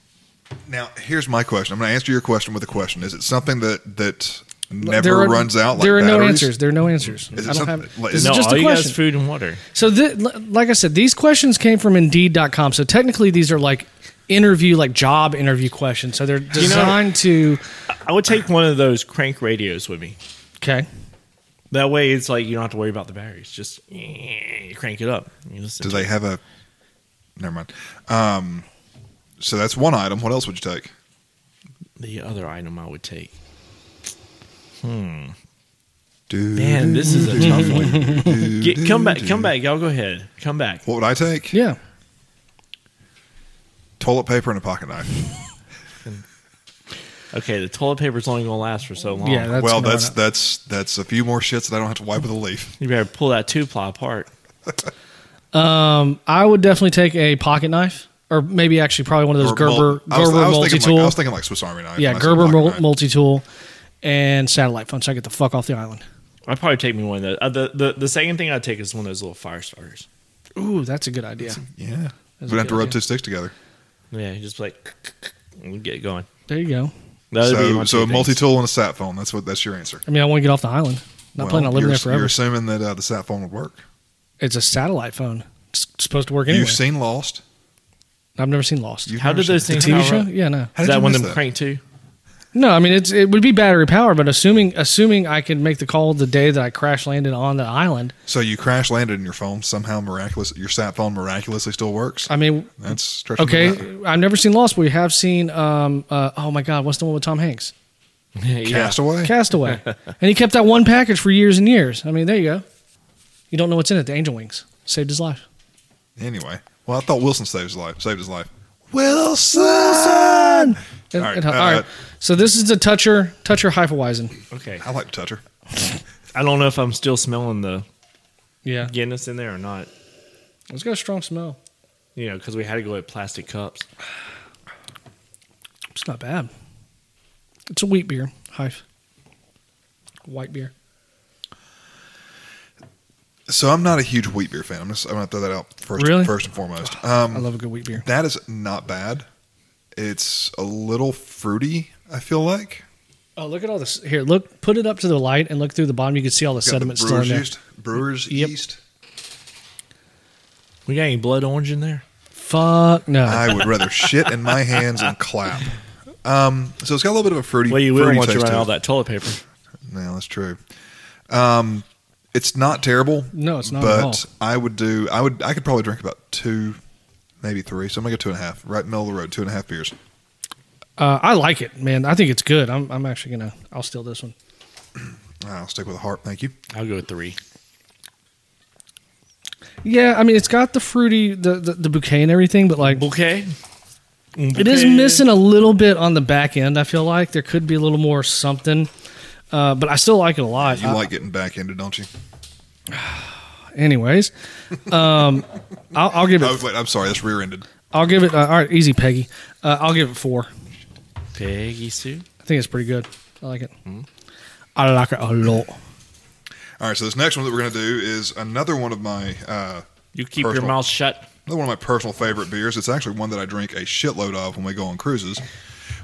S1: Now, here's my question. I'm going to answer your question with a question. Is it something that that never
S2: There are-
S1: runs out? Like
S2: there are no
S1: batteries?
S2: answers. There are no answers.
S1: Is it
S2: I don't
S1: something-
S2: have.
S1: like-
S2: this
S1: No,
S2: is just
S3: all
S2: a
S3: you got is
S2: question.
S3: food and water.
S2: So, thi- li- like I said, these questions came from Indeed.com. So technically, these are like interview, like job interview questions. So they're designed to.
S3: I would take one of those crank radios with me.
S2: Okay.
S3: That way, it's like you don't have to worry about the batteries. Just eh, crank it up. You listen
S1: Do
S3: to
S1: they
S3: it.
S1: have a? Never mind. Um, so that's one item. What else would you take?
S3: the other item I would take?
S1: Dude,
S3: Man, this is a tough one. Get, come back, come back. Y'all go ahead. Come back.
S1: What would I take?
S2: Yeah.
S1: Toilet paper and a pocket knife.
S3: Okay, the toilet paper's only gonna last for so long.
S2: Yeah, that's
S1: well,
S2: gonna run
S1: that's
S2: out.
S1: that's that's a few more shits that I don't have to wipe with a leaf.
S3: you better pull that two ply apart.
S2: Um, I would definitely take a pocket knife, or maybe actually probably one of those
S1: Or
S2: Gerber
S1: mul- I was- I
S2: Gerber
S1: was
S2: multi
S1: thinking like- I
S2: tool.
S1: was thinking like Swiss Army knife.
S2: Yeah,
S1: when I said
S2: Gerber
S1: pocket
S2: mul-
S1: knife.
S2: multi tool and satellite phone, so I get the fuck off the island.
S3: I'd probably take me one of those. Uh, the, the the second thing I'd take is one of those little fire starters.
S2: Ooh, that's a good idea.
S1: Yeah, we
S2: a
S1: don't have to
S2: good
S1: rub
S2: idea.
S1: two sticks together.
S3: Yeah, you just like *clears throat* and we'd get going.
S2: There you go.
S3: That'd be
S1: so
S3: my
S1: so
S3: two
S1: a
S3: things.
S1: multi tool and a sat phone. That's what that's your answer.
S2: I mean, I want to get off the island. Not
S1: Well,
S2: planning on living
S1: you're,
S2: there
S1: You're
S2: forever.
S1: assuming that uh, the sat phone would work.
S2: It's a satellite phone. It's supposed to work anyway.
S1: You've seen Lost. I've
S2: I've never seen Lost.
S1: You've
S3: How
S1: never
S3: did
S1: seen it.
S3: those things
S2: TV
S3: power
S2: show?
S3: up?
S2: Yeah, no.
S1: How
S3: Is
S1: did you
S3: that one
S1: miss
S3: of them
S1: that?
S3: crank too?
S2: No, I mean it's it would be battery powered, but assuming assuming I could make the call the day that I crash landed on the island.
S1: So you crash landed and your phone somehow miraculous. Your sat phone miraculously still works.
S2: I mean,
S1: That's stretching. the net.
S2: okay, I've never seen Lost, but we have seen. Um, uh, oh my God, what's the one with Tom Hanks?
S3: yeah.
S1: Castaway.
S2: Castaway, and he kept that one package for years and years. I mean, there you go. You don't know what's in it. The angel wings saved his life.
S1: Anyway, well, I thought Wilson saved his life. Saved his life. Wilson.
S2: It- it-
S1: All
S2: all
S1: right,
S2: right,
S1: uh,
S2: So this is the toucher toucher hyperwisen.
S3: Okay.
S1: I like to touch her.
S3: I don't know if I'm still smelling the
S2: Yeah,
S3: Guinness in there or not.
S2: it's got a strong smell.
S3: You know, because we had to go with plastic cups.
S2: It's not bad. It's a wheat beer, Hive. White beer.
S1: So I'm not a huge wheat beer fan. I'm just I'm gonna throw that out first.
S2: Really?
S1: First and foremost.
S2: *sighs* I
S1: Um,
S2: love a good wheat beer.
S1: that is not bad. It's a little fruity. I feel like
S2: Oh, look at all this. Here, look, put it up to the light and look through the bottom. You can see all the
S1: Got the
S2: sediment still in there.
S1: yeast. Brewers
S2: Yep.
S1: yeast.
S3: We got any blood orange in there?
S2: Fuck no.
S1: I would rather shit in my hands and clap. Um, so it's got a little bit of a fruity.
S3: Well, you will
S1: fruity
S3: once you
S1: taste
S3: run
S1: to
S3: all
S1: it.
S3: that toilet paper.
S1: No, that's true. Um, it's not terrible.
S2: No, it's not at
S1: But
S2: all.
S1: I would do. I would. I could probably drink about two, maybe three. So I'm gonna go two and a half. Right middle of the road, two and a half beers.
S2: uh, I like it, man. I think it's good. I'm, I'm actually gonna. I'll steal this one.
S1: Ah, I'll stick with a heart. Thank you.
S3: I'll go with three.
S2: Yeah, I mean, it's got the fruity, the the, the bouquet and everything, but like
S3: Bouquet.
S2: it is missing a little bit on the back end. I feel like there could be a little more something, uh, but I still like it a lot.
S1: You
S2: Uh, I-
S1: like getting backhanded, don't you?
S2: anyways. um, *laughs* I'll, I'll give
S1: Oh,
S2: it.
S1: wait, I'm sorry. That's rear-ended.
S2: I'll give it. Uh, all right, easy, Peggy. Uh, I'll give it four.
S3: Peggy Sue.
S2: I think it's pretty good. I like it.
S3: Hmm.
S2: I like it a lot.
S1: All right. So this next one that we're gonna do is another one of my uh,
S3: You keep
S1: Personal.
S3: your mouth shut. *sighs*
S1: Another one of my personal favorite beers. It's actually one that I drink a shitload of when we go on cruises.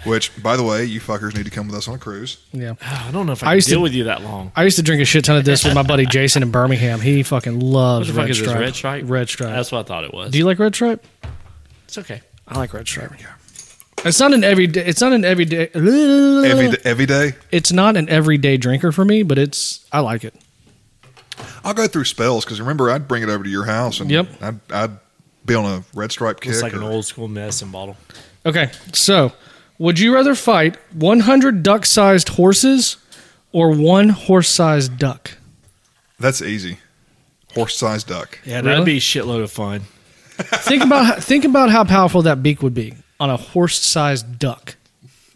S1: Which, by the way, you fuckers need to come with us on a cruise.
S2: Yeah.
S3: I don't know if
S2: I
S3: I, can
S2: used to-
S3: deal with you that long.
S2: I used to drink a shit ton of this with my buddy Jason in Birmingham. He fucking
S3: What
S2: loves
S3: the fuck
S2: Red
S3: is this?
S2: Stripe.
S3: Red stripe.
S2: Red Stripe.
S3: That's what I thought it was.
S2: Do you like Red Stripe?
S3: it's okay.
S2: I like Red Stripe. It's not an everyday. It's not an everyday.
S1: Every d- every day,
S2: It's not an everyday drinker for me, but it's. I like it.
S1: I'll go through spells because remember I'd bring it over to your house and
S2: Yep.
S1: I'd, I'd be on a red stripe kick.
S3: It's like an
S1: or-
S3: old school medicine bottle.
S2: Okay, so would you rather fight 100 duck-sized horses or one horse-sized duck?
S1: that's easy. Horse-sized duck.
S3: Yeah,
S2: Really?
S3: that'd be a shitload of fun.
S2: think *laughs* about think about how powerful that beak would be on a horse-sized duck.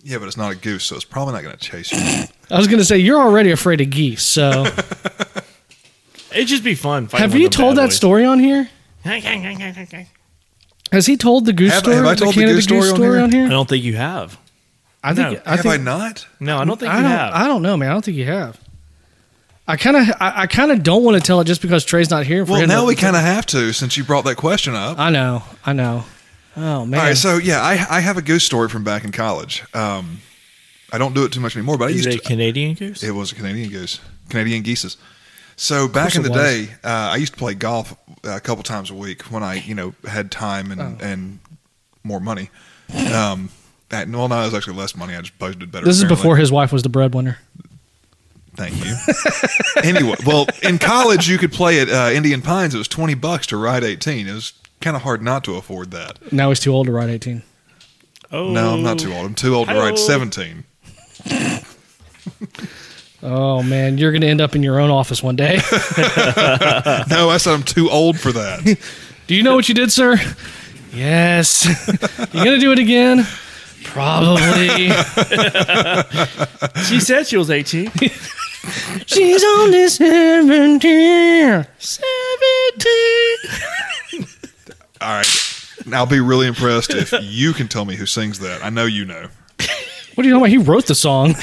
S1: Yeah, but it's not a goose, so it's probably not going to chase you.
S2: *clears throat* I was gonna say you're already afraid of geese.
S1: *laughs*
S2: So
S3: It'd just be fun. fighting
S2: have
S3: one
S2: you
S3: of them
S2: told
S3: bad
S2: that
S3: boys.
S2: story on here?
S3: I
S2: Has he told the goose
S1: Have-
S2: story?
S1: have I told the
S2: Canada
S1: goose story on here?
S3: don't think you have.
S2: I think
S3: No.
S2: I
S1: Have
S2: think
S1: I not?
S3: No, I don't think
S2: I
S3: you
S2: don't.
S3: have.
S2: I don't know, man. I don't think you have. I kind of I, I kind of don't want to tell it just because Trey's not here. For
S1: Well,
S2: him to-
S1: now we kind of have to since you brought that question up.
S2: I know. I know. Oh man.
S1: All right, so yeah, I, I have a goose story from back in college. Um, I don't do it too much anymore, but I
S3: Is
S1: used
S3: it
S1: to.
S3: a Canadian goose?
S1: It was a Canadian goose, Canadian geese. So back in
S2: it
S1: the
S2: was.
S1: day, uh, I used to play golf a couple times a week when I, you know, had time
S2: Oh.
S1: and, and more money. Um, that, well, no, it was actually less money. I just budgeted better.
S2: this is
S1: apparently.
S2: before his wife was the breadwinner.
S1: Thank you. *laughs* anyway, well, in college you could play at uh, Indian Pines. It was twenty bucks to ride eighteen. It was kind of hard not to afford that.
S2: Now he's too old to ride 18.
S3: Oh
S1: No, I'm not too old. I'm too old to ride
S3: Hi-oh.
S1: seventeen. *laughs*
S2: Oh man, you're gonna end up in your own office
S1: *laughs*
S2: one day.
S1: No, I said I'm too old for that.
S2: *laughs* Do you know what you did, sir? Yes. you gonna do it again?
S1: *laughs*
S2: Probably.
S3: She said she
S2: *laughs*
S3: was 18.
S2: She's only 17. 17.
S1: All right. And I'll be really impressed if you can tell me who sings that. I know you know.
S2: What do you know about? He wrote the song.
S1: He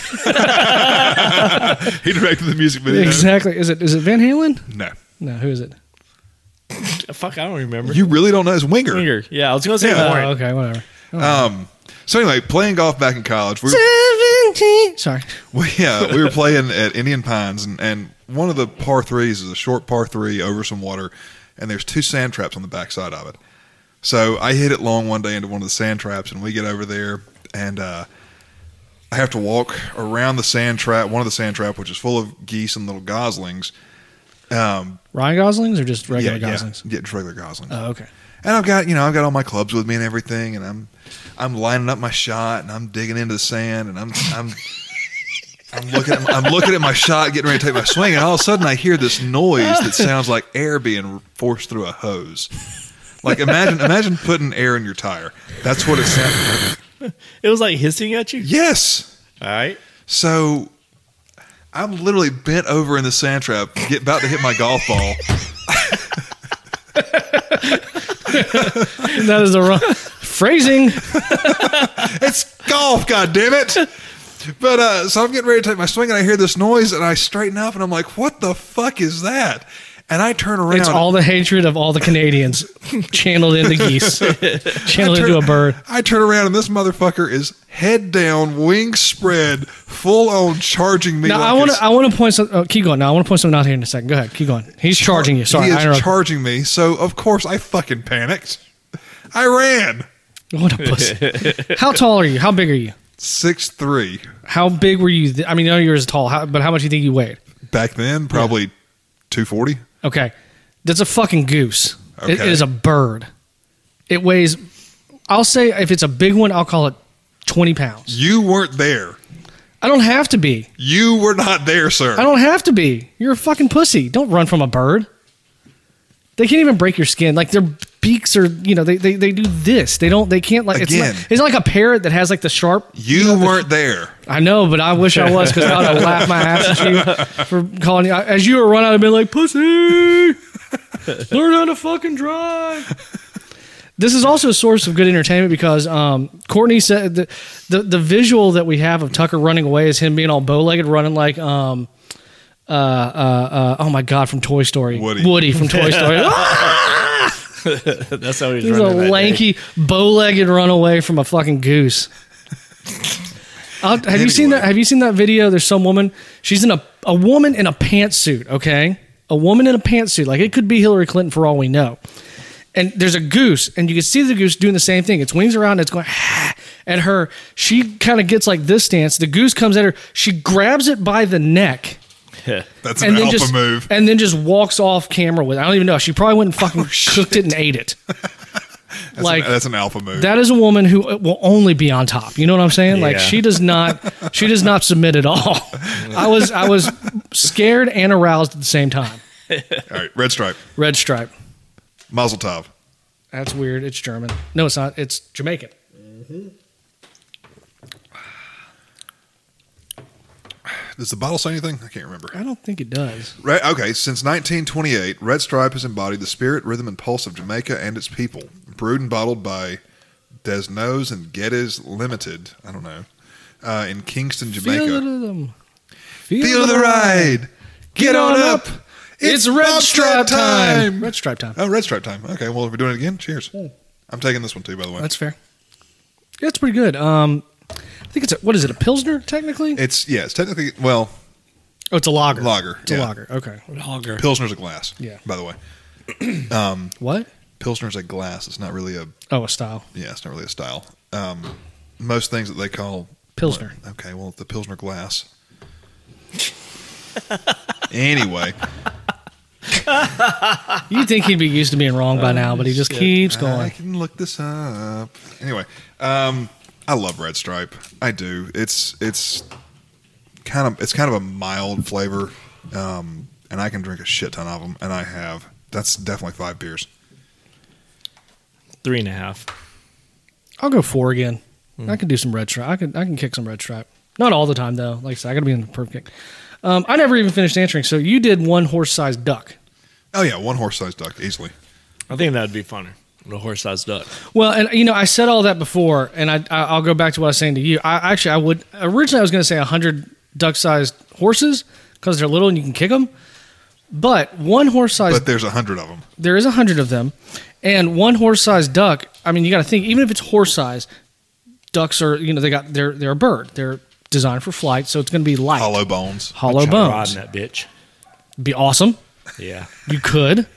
S1: directed the music video.
S2: exactly. Is it is it Van Halen?
S1: No.
S2: No, who is it?
S3: Fuck, I don't remember.
S1: You really don't know it's Winger.
S3: Younger. Yeah, I was going to say
S1: Yeah.
S3: yeah.
S2: Oh, okay, whatever.
S1: Um. So anyway, playing golf back in college, we
S2: 17. Sorry.
S1: we, uh, we were playing at Indian Pines, and, and one of the par threes is a short par three over some water, and there's two sand traps on the backside of it. So I hit it long one day into one of the sand traps, and we get over there, and uh, I have to walk around the sand trap, one of the sand trap, which is full of geese and little goslings.
S2: Ryan Goslings or just regular Goslings?
S1: yeah, just regular goslings.
S2: Oh, okay.
S1: And I've got you know I've got all my clubs with me and everything, and I'm I'm lining up my shot and I'm digging into the sand and I'm I'm I'm looking at, I'm looking at my shot, getting ready to take my swing, and all of a sudden I hear this noise that sounds like air being forced through a hose. Like imagine imagine putting air in your tire. That's what it sounded. like.
S3: It was like hissing at you.
S1: Yes.
S3: All *laughs* right.
S1: So I'm literally bent over in the sand trap, get about to hit my golf ball.
S2: That is the wrong *laughs*
S1: *laughs*
S2: phrasing.
S1: it's golf, god damn it! But uh, so I'm getting ready to take my swing, and I hear this noise, and I straighten up, and I'm like, "What the fuck is that?" And I turn around.
S2: It's all the hatred of all the Canadians channeled
S1: *laughs*
S2: into geese, channeled into a bird.
S1: I turn around, and this motherfucker is head down, wings spread, full on charging me.
S2: Now
S1: like
S2: I want
S1: it's-
S2: to. I want to point some. Oh, keep going. Now I want to point something out here in a second. Go ahead. Keep going. He's charging you. Sorry,
S1: he
S2: I
S1: is
S2: interrupted.
S1: charging me. So of course I fucking panicked. I ran
S2: *laughs* what a pussy. How tall are you? How big are you?
S1: six three
S2: How big were you? Th- I mean, I know you were as tall, how, but how much do you think you weighed?
S1: back then, probably two forty.
S2: Okay, that's a fucking goose. It
S1: Okay.
S2: is a bird. It weighs. I'll say if it's a big one, I'll call it twenty pounds.
S1: You weren't there.
S2: I don't have to be.
S1: You were not there, sir.
S2: I don't have to be. You're a fucking pussy. Don't run from a bird. They can't even break your skin. Like their beaks are, you know, they they, they do this. They don't. They can't like.
S1: Again.
S2: It's, not, it's not like a parrot that has like the sharp.
S1: you weren't there.
S2: I know, but I wish I was because I would have laughed my ass at you for calling you. As you were running, I'd have been like, pussy, learn how to fucking drive. This is also a source of good entertainment because um, Courtney said the, the the visual that we have of Tucker running away is him being all bow legged, running like um, uh, uh, uh, oh my god from Toy Story,
S1: Woody.
S2: Woody from Toy Story.
S3: That's how he's
S2: He's a
S3: running. that day.
S2: lanky, bow-legged runaway from a fucking goose. I'll- have you seen
S1: Anyway.
S2: that? Have you seen that video? There's some woman. She's in a a woman in a pantsuit. Okay, a woman in a pantsuit. Like it could be Hillary Clinton for all we know. And there's a goose, and you can see the goose doing the same thing. Its wings around. And it's going *sighs* at her. She kind of gets like this stance. The goose comes at her. She grabs it by the neck
S1: That's an
S2: and then
S1: alpha
S2: just
S1: move. Oh,
S2: and then just walks off camera with. I don't even know. She probably went
S1: *laughs*
S2: and fucking cooked it and ate it. *laughs* like
S1: that's an alpha move.
S2: that is a woman who uh, will only be on top. You know what I'm saying? Like
S3: Yeah.
S2: she does not she does not submit
S1: *laughs*
S2: at all. I was I was scared and aroused at the same time.
S1: All right, red stripe,
S2: Red stripe.
S1: Mazel Tov.
S2: That's weird. It's German. No, it's not. It's Jamaican.
S1: Does the bottle say anything? I can't remember.
S2: I don't think it does.
S1: Right, okay, since 1928, Red Stripe has embodied the spirit, rhythm, and pulse of Jamaica and its people. Brewed and bottled by Desnos and Geddes Limited. I don't know. Uh, in Kingston, Jamaica.
S2: Feel the rhythm.
S1: Feel the ride. Get on up.
S2: It's, red
S1: Bob
S2: stripe time. Red stripe time.
S1: Oh, Red Stripe time. Okay, well, if we're doing it again, cheers. I'm taking this one too, by the way.
S2: That's fair. Yeah, it's pretty good. Um I think it's a, what is it, a Pilsner technically?
S1: it's, yeah, it's technically, well,
S2: oh, it's a lager.
S1: Lager,
S2: It's
S1: yeah.
S2: a lager. Okay. Lager.
S1: Pilsner's a glass.
S2: Yeah.
S1: By the way,
S2: What?
S1: Pilsner's a glass. It's not really a
S2: Oh, a style.
S1: Yeah, it's not really a style. Um, most things that they call
S2: *laughs* Pilsner.
S1: Okay, well, the Pilsner glass. anyway,
S2: You would think he'd be used to being wrong by now, but he *laughs* just keeps
S1: I
S2: going.
S1: can look this up. Anyway, um, I love Red Stripe. I do. It's it's kind of it's kind of a mild flavor, um, and I can drink a shit ton of them, and I have. That's definitely five beers.
S3: *laughs* Three and a half.
S2: I'll go four again. I can do some red stripe. I can I can kick some red stripe. Not all the time though. Like I said, I got to be in the perfect kick. Um, I never even finished answering. So you did one horse-sized duck.
S1: Oh yeah, one horse-sized duck easily.
S3: I think that'd be funner. The horse-sized duck.
S2: Well, and you know, I said all that before, and I, I I'll go back to what I was saying to you. I actually I would originally I was going to say hundred duck-sized horses because they're little and you can kick them. But one horse-sized
S1: But there's a hundred of them.
S2: there is a hundred of them, and one horse-sized duck. I mean, you got to think, even if it's horse-sized, ducks are you know they got they're they're a bird. They're designed for flight, so it's going to be light, hollow,
S1: Hollow bones,
S3: Try
S2: bones.
S3: Riding that bitch.
S2: Be awesome.
S3: Yeah.
S2: You could,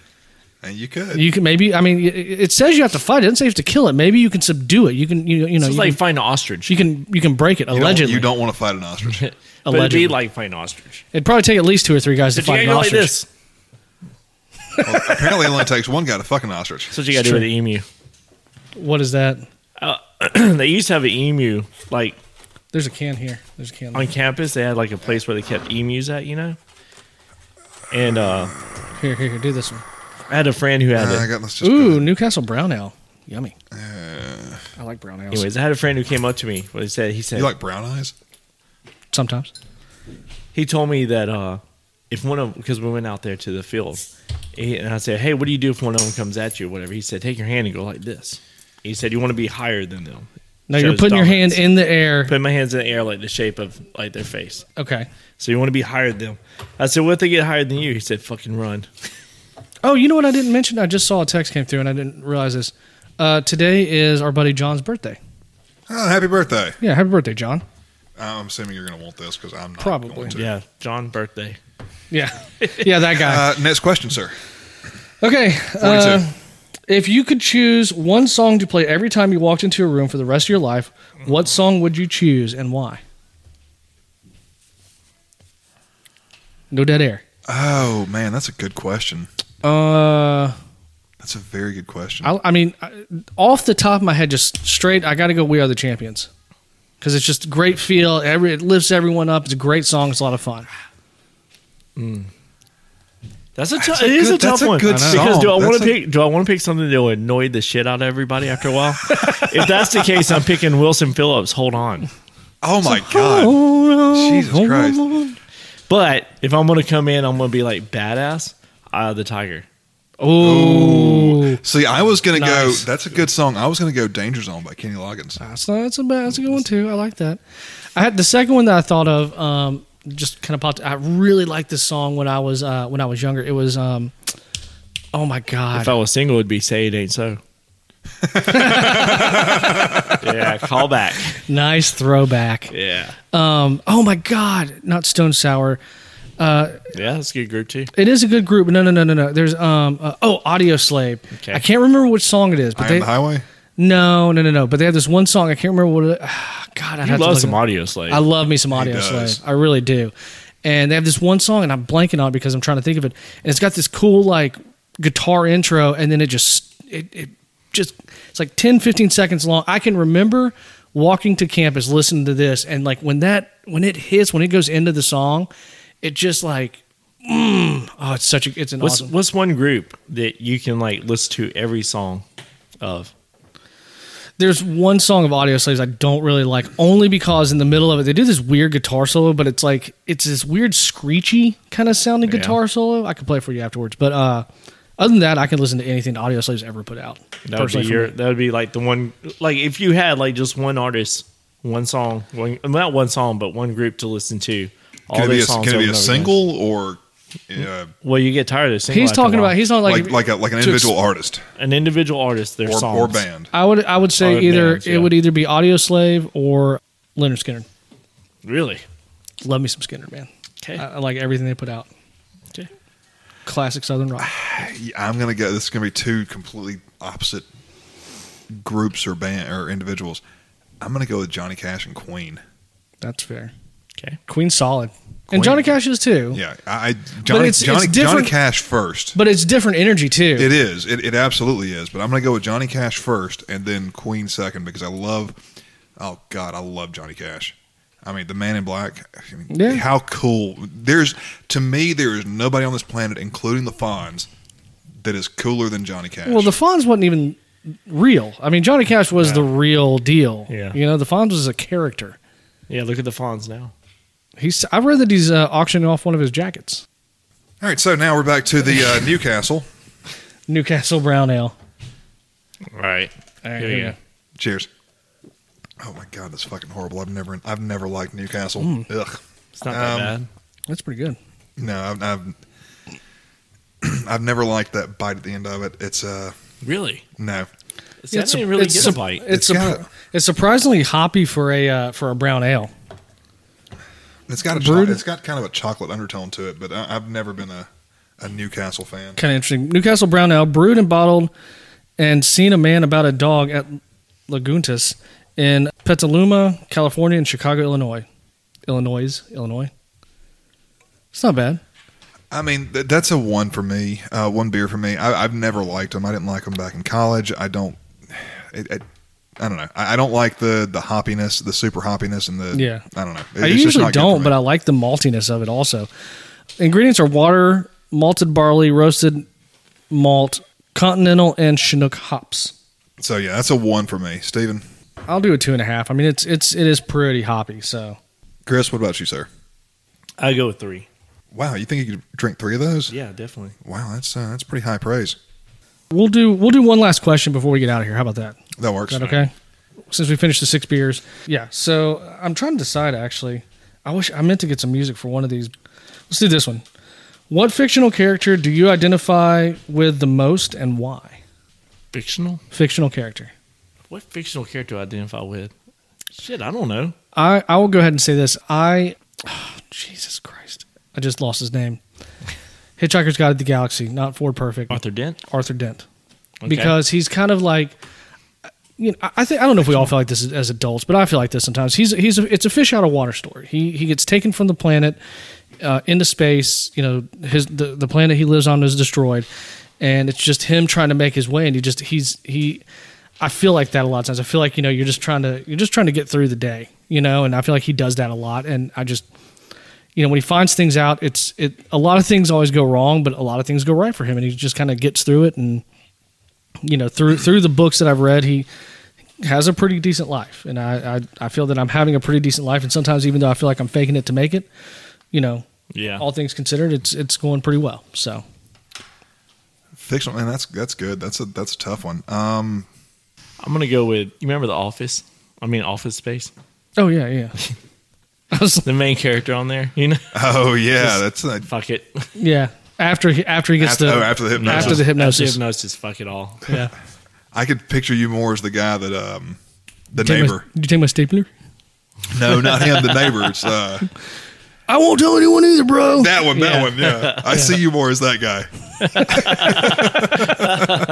S1: and you could.
S2: you can maybe. I mean, it, it says you have to fight. It doesn't say you have to kill it. Maybe you can subdue it. You can, you, you know,
S3: It's
S2: you,
S3: like
S2: can,
S3: fighting an ostrich.
S2: you can you can break it.
S1: You don't-
S2: Allegedly,
S1: you don't want to fight an ostrich.
S3: *laughs* But it'd
S2: Allegedly.
S3: be like fighting an ostrich.
S2: It'd probably take at least two or three guys
S3: But
S2: to
S3: you
S2: fight
S3: gotta
S2: an
S3: go like
S2: ostrich.
S3: this.
S1: Well, apparently, it only takes one guy to fuck an ostrich.
S3: That's what you gotta do with the emu.
S2: What is that?
S3: *clears throat* they used to have an emu like
S2: There's a can here. There's a can.
S3: on campus. They had like a place where they kept emus at, you know. And uh,
S2: Here, here, here. Do this one.
S3: I had a friend who had
S1: Uh, I
S3: it.
S1: got, let's just Uh,
S2: Ooh, Newcastle brown ale. Yummy. I like brown ale.
S3: Anyways, I had a friend who came up to me. What he said, he said
S1: You like brown eyes?
S2: Sometimes.
S3: he told me that uh, if one of because we went out there to the field, he, and I said, "Hey, what do you do if one of them comes at you, or whatever?" He said, "Take your hand and go like this." He said, "You want to be higher than them."
S2: No,
S3: Shows
S2: you're putting your hand
S3: dominance.
S2: in the air.
S3: Put my hands in the air like the shape of like their face.
S2: Okay.
S3: So you want to be higher than them. I said, "What if they get higher than you?" He said, "Fucking run."
S2: Oh, you know what I didn't mention? I just saw a text came through and I didn't realize this. Uh, today is our buddy John's birthday.
S1: Oh, happy birthday!
S2: Yeah, happy birthday, John.
S1: I'm assuming you're going to want this because I'm not
S2: Probably.
S1: Going to.
S3: Yeah, John birthday.
S2: Yeah. *laughs* Yeah, that guy.
S1: Uh, next question, sir.
S2: Okay.
S1: 42.
S2: Uh, if you could choose one song to play every time you walked into a room for the rest of your life, what song would you choose and why? No dead air.
S1: oh man, that's a good question.
S2: Uh,
S1: That's a very good question.
S2: I, I mean, I- off the top of my head, just straight, I got to go. We are the champions because it's just a great feel. Every it lifts everyone up. It's a great song. It's a lot of fun.
S3: That's a tou-
S1: That's a
S3: it is a
S1: good- that's
S3: tough
S1: a
S3: one.
S1: good
S3: Because do I
S1: song.
S3: want
S1: That's
S3: to
S1: a-
S3: pick? Do I want to pick something that will annoy the shit out of everybody after
S1: *laughs*
S3: a while? if that's the case, I'm picking Wilson Phillips. Hold on.
S1: oh my god, Jesus Christ!
S3: But if I'm gonna come in, I'm gonna be like badass. Eye of the tiger.
S2: Oh,
S1: See, I was going to
S2: Nice. Uh,
S1: go. That's a good song. I was going to go "Danger Zone" by Kenny Loggins.
S2: that's not, that's a bad, that's a good one too. I like that. I had the second one that I thought of. Um, just kind of popped. I really liked this song when I was uh, when I was younger. It was um, oh my god,
S3: If I was single, it'd be say it
S1: *laughs*
S3: ain't so. yeah, call back.
S2: nice throwback.
S3: Yeah,
S2: Um, oh my god, not Stone Sour.
S3: yeah, that's a good group too.
S2: It is a good group. but No, no, no, no, no. There's um uh, oh Audio Slave.
S3: Okay.
S2: I can't remember which song it is, but
S1: I
S2: they
S1: am the highway.
S2: no, no, no, no. But they have this one song. I can't remember what. it *sighs* God, I
S3: You
S2: have to
S3: love
S2: look
S3: some
S2: it up.
S3: audio slave.
S2: I love me some Audio
S1: does.
S2: Slave. I really do. And they have this one song, and I'm blanking on it because I'm trying to think of it. And it's got this cool like guitar intro, and then it just it, it just it's like 10, 15 seconds long. I can remember walking to campus, listening to this, and like when that when it hits, when it goes into the song, it just like. Mm, oh, it's such a it's an
S3: what's
S2: awesome.
S3: what's one group that you can like listen to every song of?
S2: there's one song of Audio Slaves I don't really like, only because in the middle of it they do this weird guitar solo, but it's like it's this weird screechy kind of sounding
S3: Yeah.
S2: guitar solo. I could play it for you afterwards, but uh, other than that, I can listen to anything Audio Slaves ever put out.
S3: That would be
S2: personally for
S3: your.
S2: me.
S3: That would be like the one. Like if you had like just one artist, one song, one not one song, but one group to listen to. All
S1: Can it
S3: their
S1: be a,
S3: songs
S1: can it
S3: over
S1: be a
S3: and over
S1: single or uh,
S3: again. Well, you get tired of the single.
S2: He's
S3: after a
S2: talking
S3: while.
S2: about. He's not like.
S1: like like a, like an
S2: to ex-
S1: individual artist
S3: an individual artist. Their
S1: or,
S3: songs
S1: or band?
S2: I would. I would say
S3: Oh,
S2: either
S3: bands,
S2: it
S3: yeah.
S2: would either be Audio Slave or Leonard Skinner.
S3: Really? Uh,
S2: Love me some Skinner, man.
S3: Okay.
S2: I, I like everything they put out.
S3: okay.
S2: Classic Southern rock.
S1: Yeah, I'm gonna go. This is gonna be two completely opposite groups or band or individuals. I'm gonna go with Johnny Cash and Queen.
S2: That's fair.
S3: Okay.
S2: Queen's solid, and
S1: Queen.
S2: Johnny Cash is too.
S1: Yeah, I, I Johnny
S2: it's- it's
S1: Johnny, Johnny
S2: different-
S1: Cash first.
S2: But it's different energy too.
S1: It is. It, it absolutely is. But I'm gonna go with Johnny Cash first and then Queen second because I love. Oh God, I love Johnny Cash. I mean, the Man in Black. I mean,
S2: Yeah.
S1: How cool! There's to me, there is nobody on this planet, including the Fonz, that is cooler than Johnny Cash.
S2: Well, the Fonz wasn't even real. I mean, Johnny Cash was the real deal.
S3: Yeah.
S2: You know, the Fonz was a character.
S3: Yeah, look at the Fonz now.
S2: He's. I read that he's uh, auctioning off one of his jackets.
S1: All right, so now we're back to the uh, Newcastle.
S2: Newcastle Brown Ale.
S3: All right.
S2: All right,
S3: Here we go.
S1: Cheers. Oh my god, that's fucking horrible. I've never, I've never liked Newcastle.
S2: Hmm.
S1: Ugh.
S3: It's not that
S1: Um,
S3: bad.
S2: That's pretty good.
S1: No, I've, I've, *clears throat* I've never liked that bite at the end of it. It's uh,
S3: Really?
S1: no,
S3: See, I didn't really get a
S2: sup-
S3: bite.
S2: It's,
S1: It's
S2: sup-
S1: got-
S2: it's surprisingly hoppy for a uh, for a brown ale.
S1: it's got a cho-
S2: Brewed-
S1: it's got kind of a chocolate undertone to it, but I, I've never been a, a Newcastle fan.
S2: Kind of interesting. Newcastle brown ale, brewed and bottled, and seen a man about a dog at Laguntas in Petaluma, California, and Chicago, Illinois. Illinois, Illinois. It's not bad.
S1: I mean, th- that's a one for me. Uh, one beer for me. I, I've never liked them. I didn't like them back in college. I don't. It, it, I don't know. I, I don't like the the hoppiness, the super hoppiness, and the
S2: Yeah.
S1: I don't know.
S2: I usually don't, but I like the maltiness of it also. Ingredients are water, malted barley, roasted malt, continental, and Chinook hops.
S1: so yeah, that's a one for me. Steven.
S2: I'll do a two and a half. I mean, it's it's it is pretty hoppy. So
S1: Chris, what about you, sir?
S3: I go with three.
S1: Wow, you think you could drink three of those?
S3: Yeah, definitely.
S1: Wow, that's uh, that's pretty high praise.
S2: we'll do we'll do one last question before we get out of here. How about that?
S1: That works.
S2: Is that okay? Since we finished the six beers, yeah. So I'm trying to decide. Actually, I wish I meant to get some music for one of these. Let's do this one. What fictional character do you identify with the most, and why?
S3: Fictional?
S2: Fictional character.
S3: What fictional character do I identify with? Shit, I don't know.
S2: I I will go ahead and say this. I *sighs* Jesus Christ, I just lost his name. Hitchhiker's Guide to the Galaxy, not Ford Perfect.
S3: Arthur Dent?
S2: Arthur Dent.
S3: Okay.
S2: because he's kind of like you know, I- I think I don't know if we all feel like this as- as adults, but I feel like this sometimes. He's he's a, it's a fish out of water story. He he gets taken from the planet uh, into space. You know, his the, the planet he lives on is destroyed, and it's just him trying to make his way. And he just he's he. I feel like that a lot of times. I feel like you know you're just trying to you're just trying to get through the day, you know. And I feel like he does that a lot. And I just you know when he finds things out, it's it a lot of things always go wrong, but a lot of things go right for him, and he just kind of gets through it and you know through through the books that I've read, he has a pretty decent life, and I, I I feel that I'm having a pretty decent life, and sometimes even though I feel like I'm faking it to make it, you know,
S3: Yeah.
S2: all things considered, it's it's going pretty well. So
S1: Fictional man, that's that's good. That's a that's a tough one. Um,
S3: I'm going to go with, you remember The Office? I mean, Office Space?
S2: oh yeah yeah, *laughs* I was,
S3: The main character on there,
S2: *laughs*
S3: you know?
S1: *laughs* oh yeah, that's a,
S3: Fuck it.
S2: yeah after he after he gets
S1: after,
S2: the
S1: oh, after the hypnosis.
S2: after the hypnosis.
S3: hypnosis, fuck it all.
S2: yeah
S1: I could picture you more as the guy that um the
S2: Take my-
S1: neighbor.
S2: did you take my stapler?
S1: No, not him. The neighbor. It's uh, *laughs*
S2: I won't tell anyone either, bro.
S1: that one. That
S2: Yeah.
S1: one. Yeah, I see you more as that guy.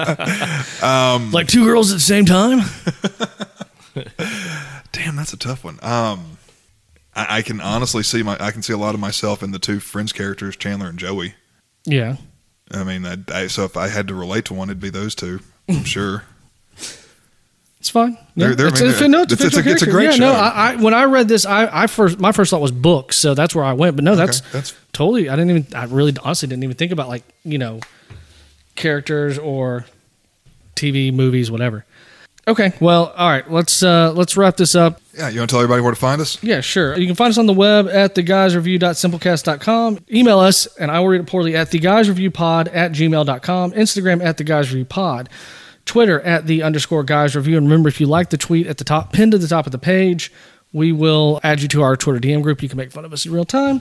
S2: like two girls at the same time.
S1: Damn, that's a tough one. Um, I, I can honestly see my. I can see a lot of myself in the two friends characters, Chandler and Joey.
S2: Yeah,
S1: I mean, I, I, so if I had to relate to one, it'd be those two. *laughs* I'm sure.
S2: It's fine. Yeah.
S1: They're- they're-
S2: it's,
S1: I mean,
S2: it's- no, it's, a
S1: it's- it's a-
S2: fictional
S1: it's a
S2: character.
S1: great
S2: yeah, No,
S1: show.
S2: I, I when I read this, I, I first my first thought was books, so that's where I went. But no, that's
S1: that's-
S2: totally. I didn't even. I really honestly didn't even think about like you know characters or TV movies, whatever. Okay, well, all right. Let's uh, let's wrap this up.
S1: Yeah, you want to tell everybody where to find us?
S2: Yeah, sure. You can find us on the web at theguysreview.simplecast.com. Email us, and I will read it poorly, at theguysreviewpod at gmail.com. Instagram at theguysreviewpod. Twitter at the underscore guys review. And remember, if you like the tweet at the top, pinned to the top of the page, we will add you to our Twitter DM group. You can make fun of us in real time.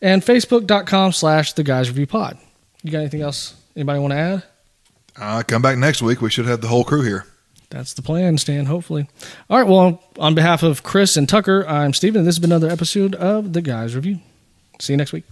S2: And facebook.com slash the guys review pod. You got anything else anybody want to add?
S1: Uh, come back next week. We should have the whole crew here.
S2: That's the plan, Stan, hopefully. All right, well, on behalf of Chris and Tucker, I'm Steven, and this has been another episode of The Guys Review. See you next week.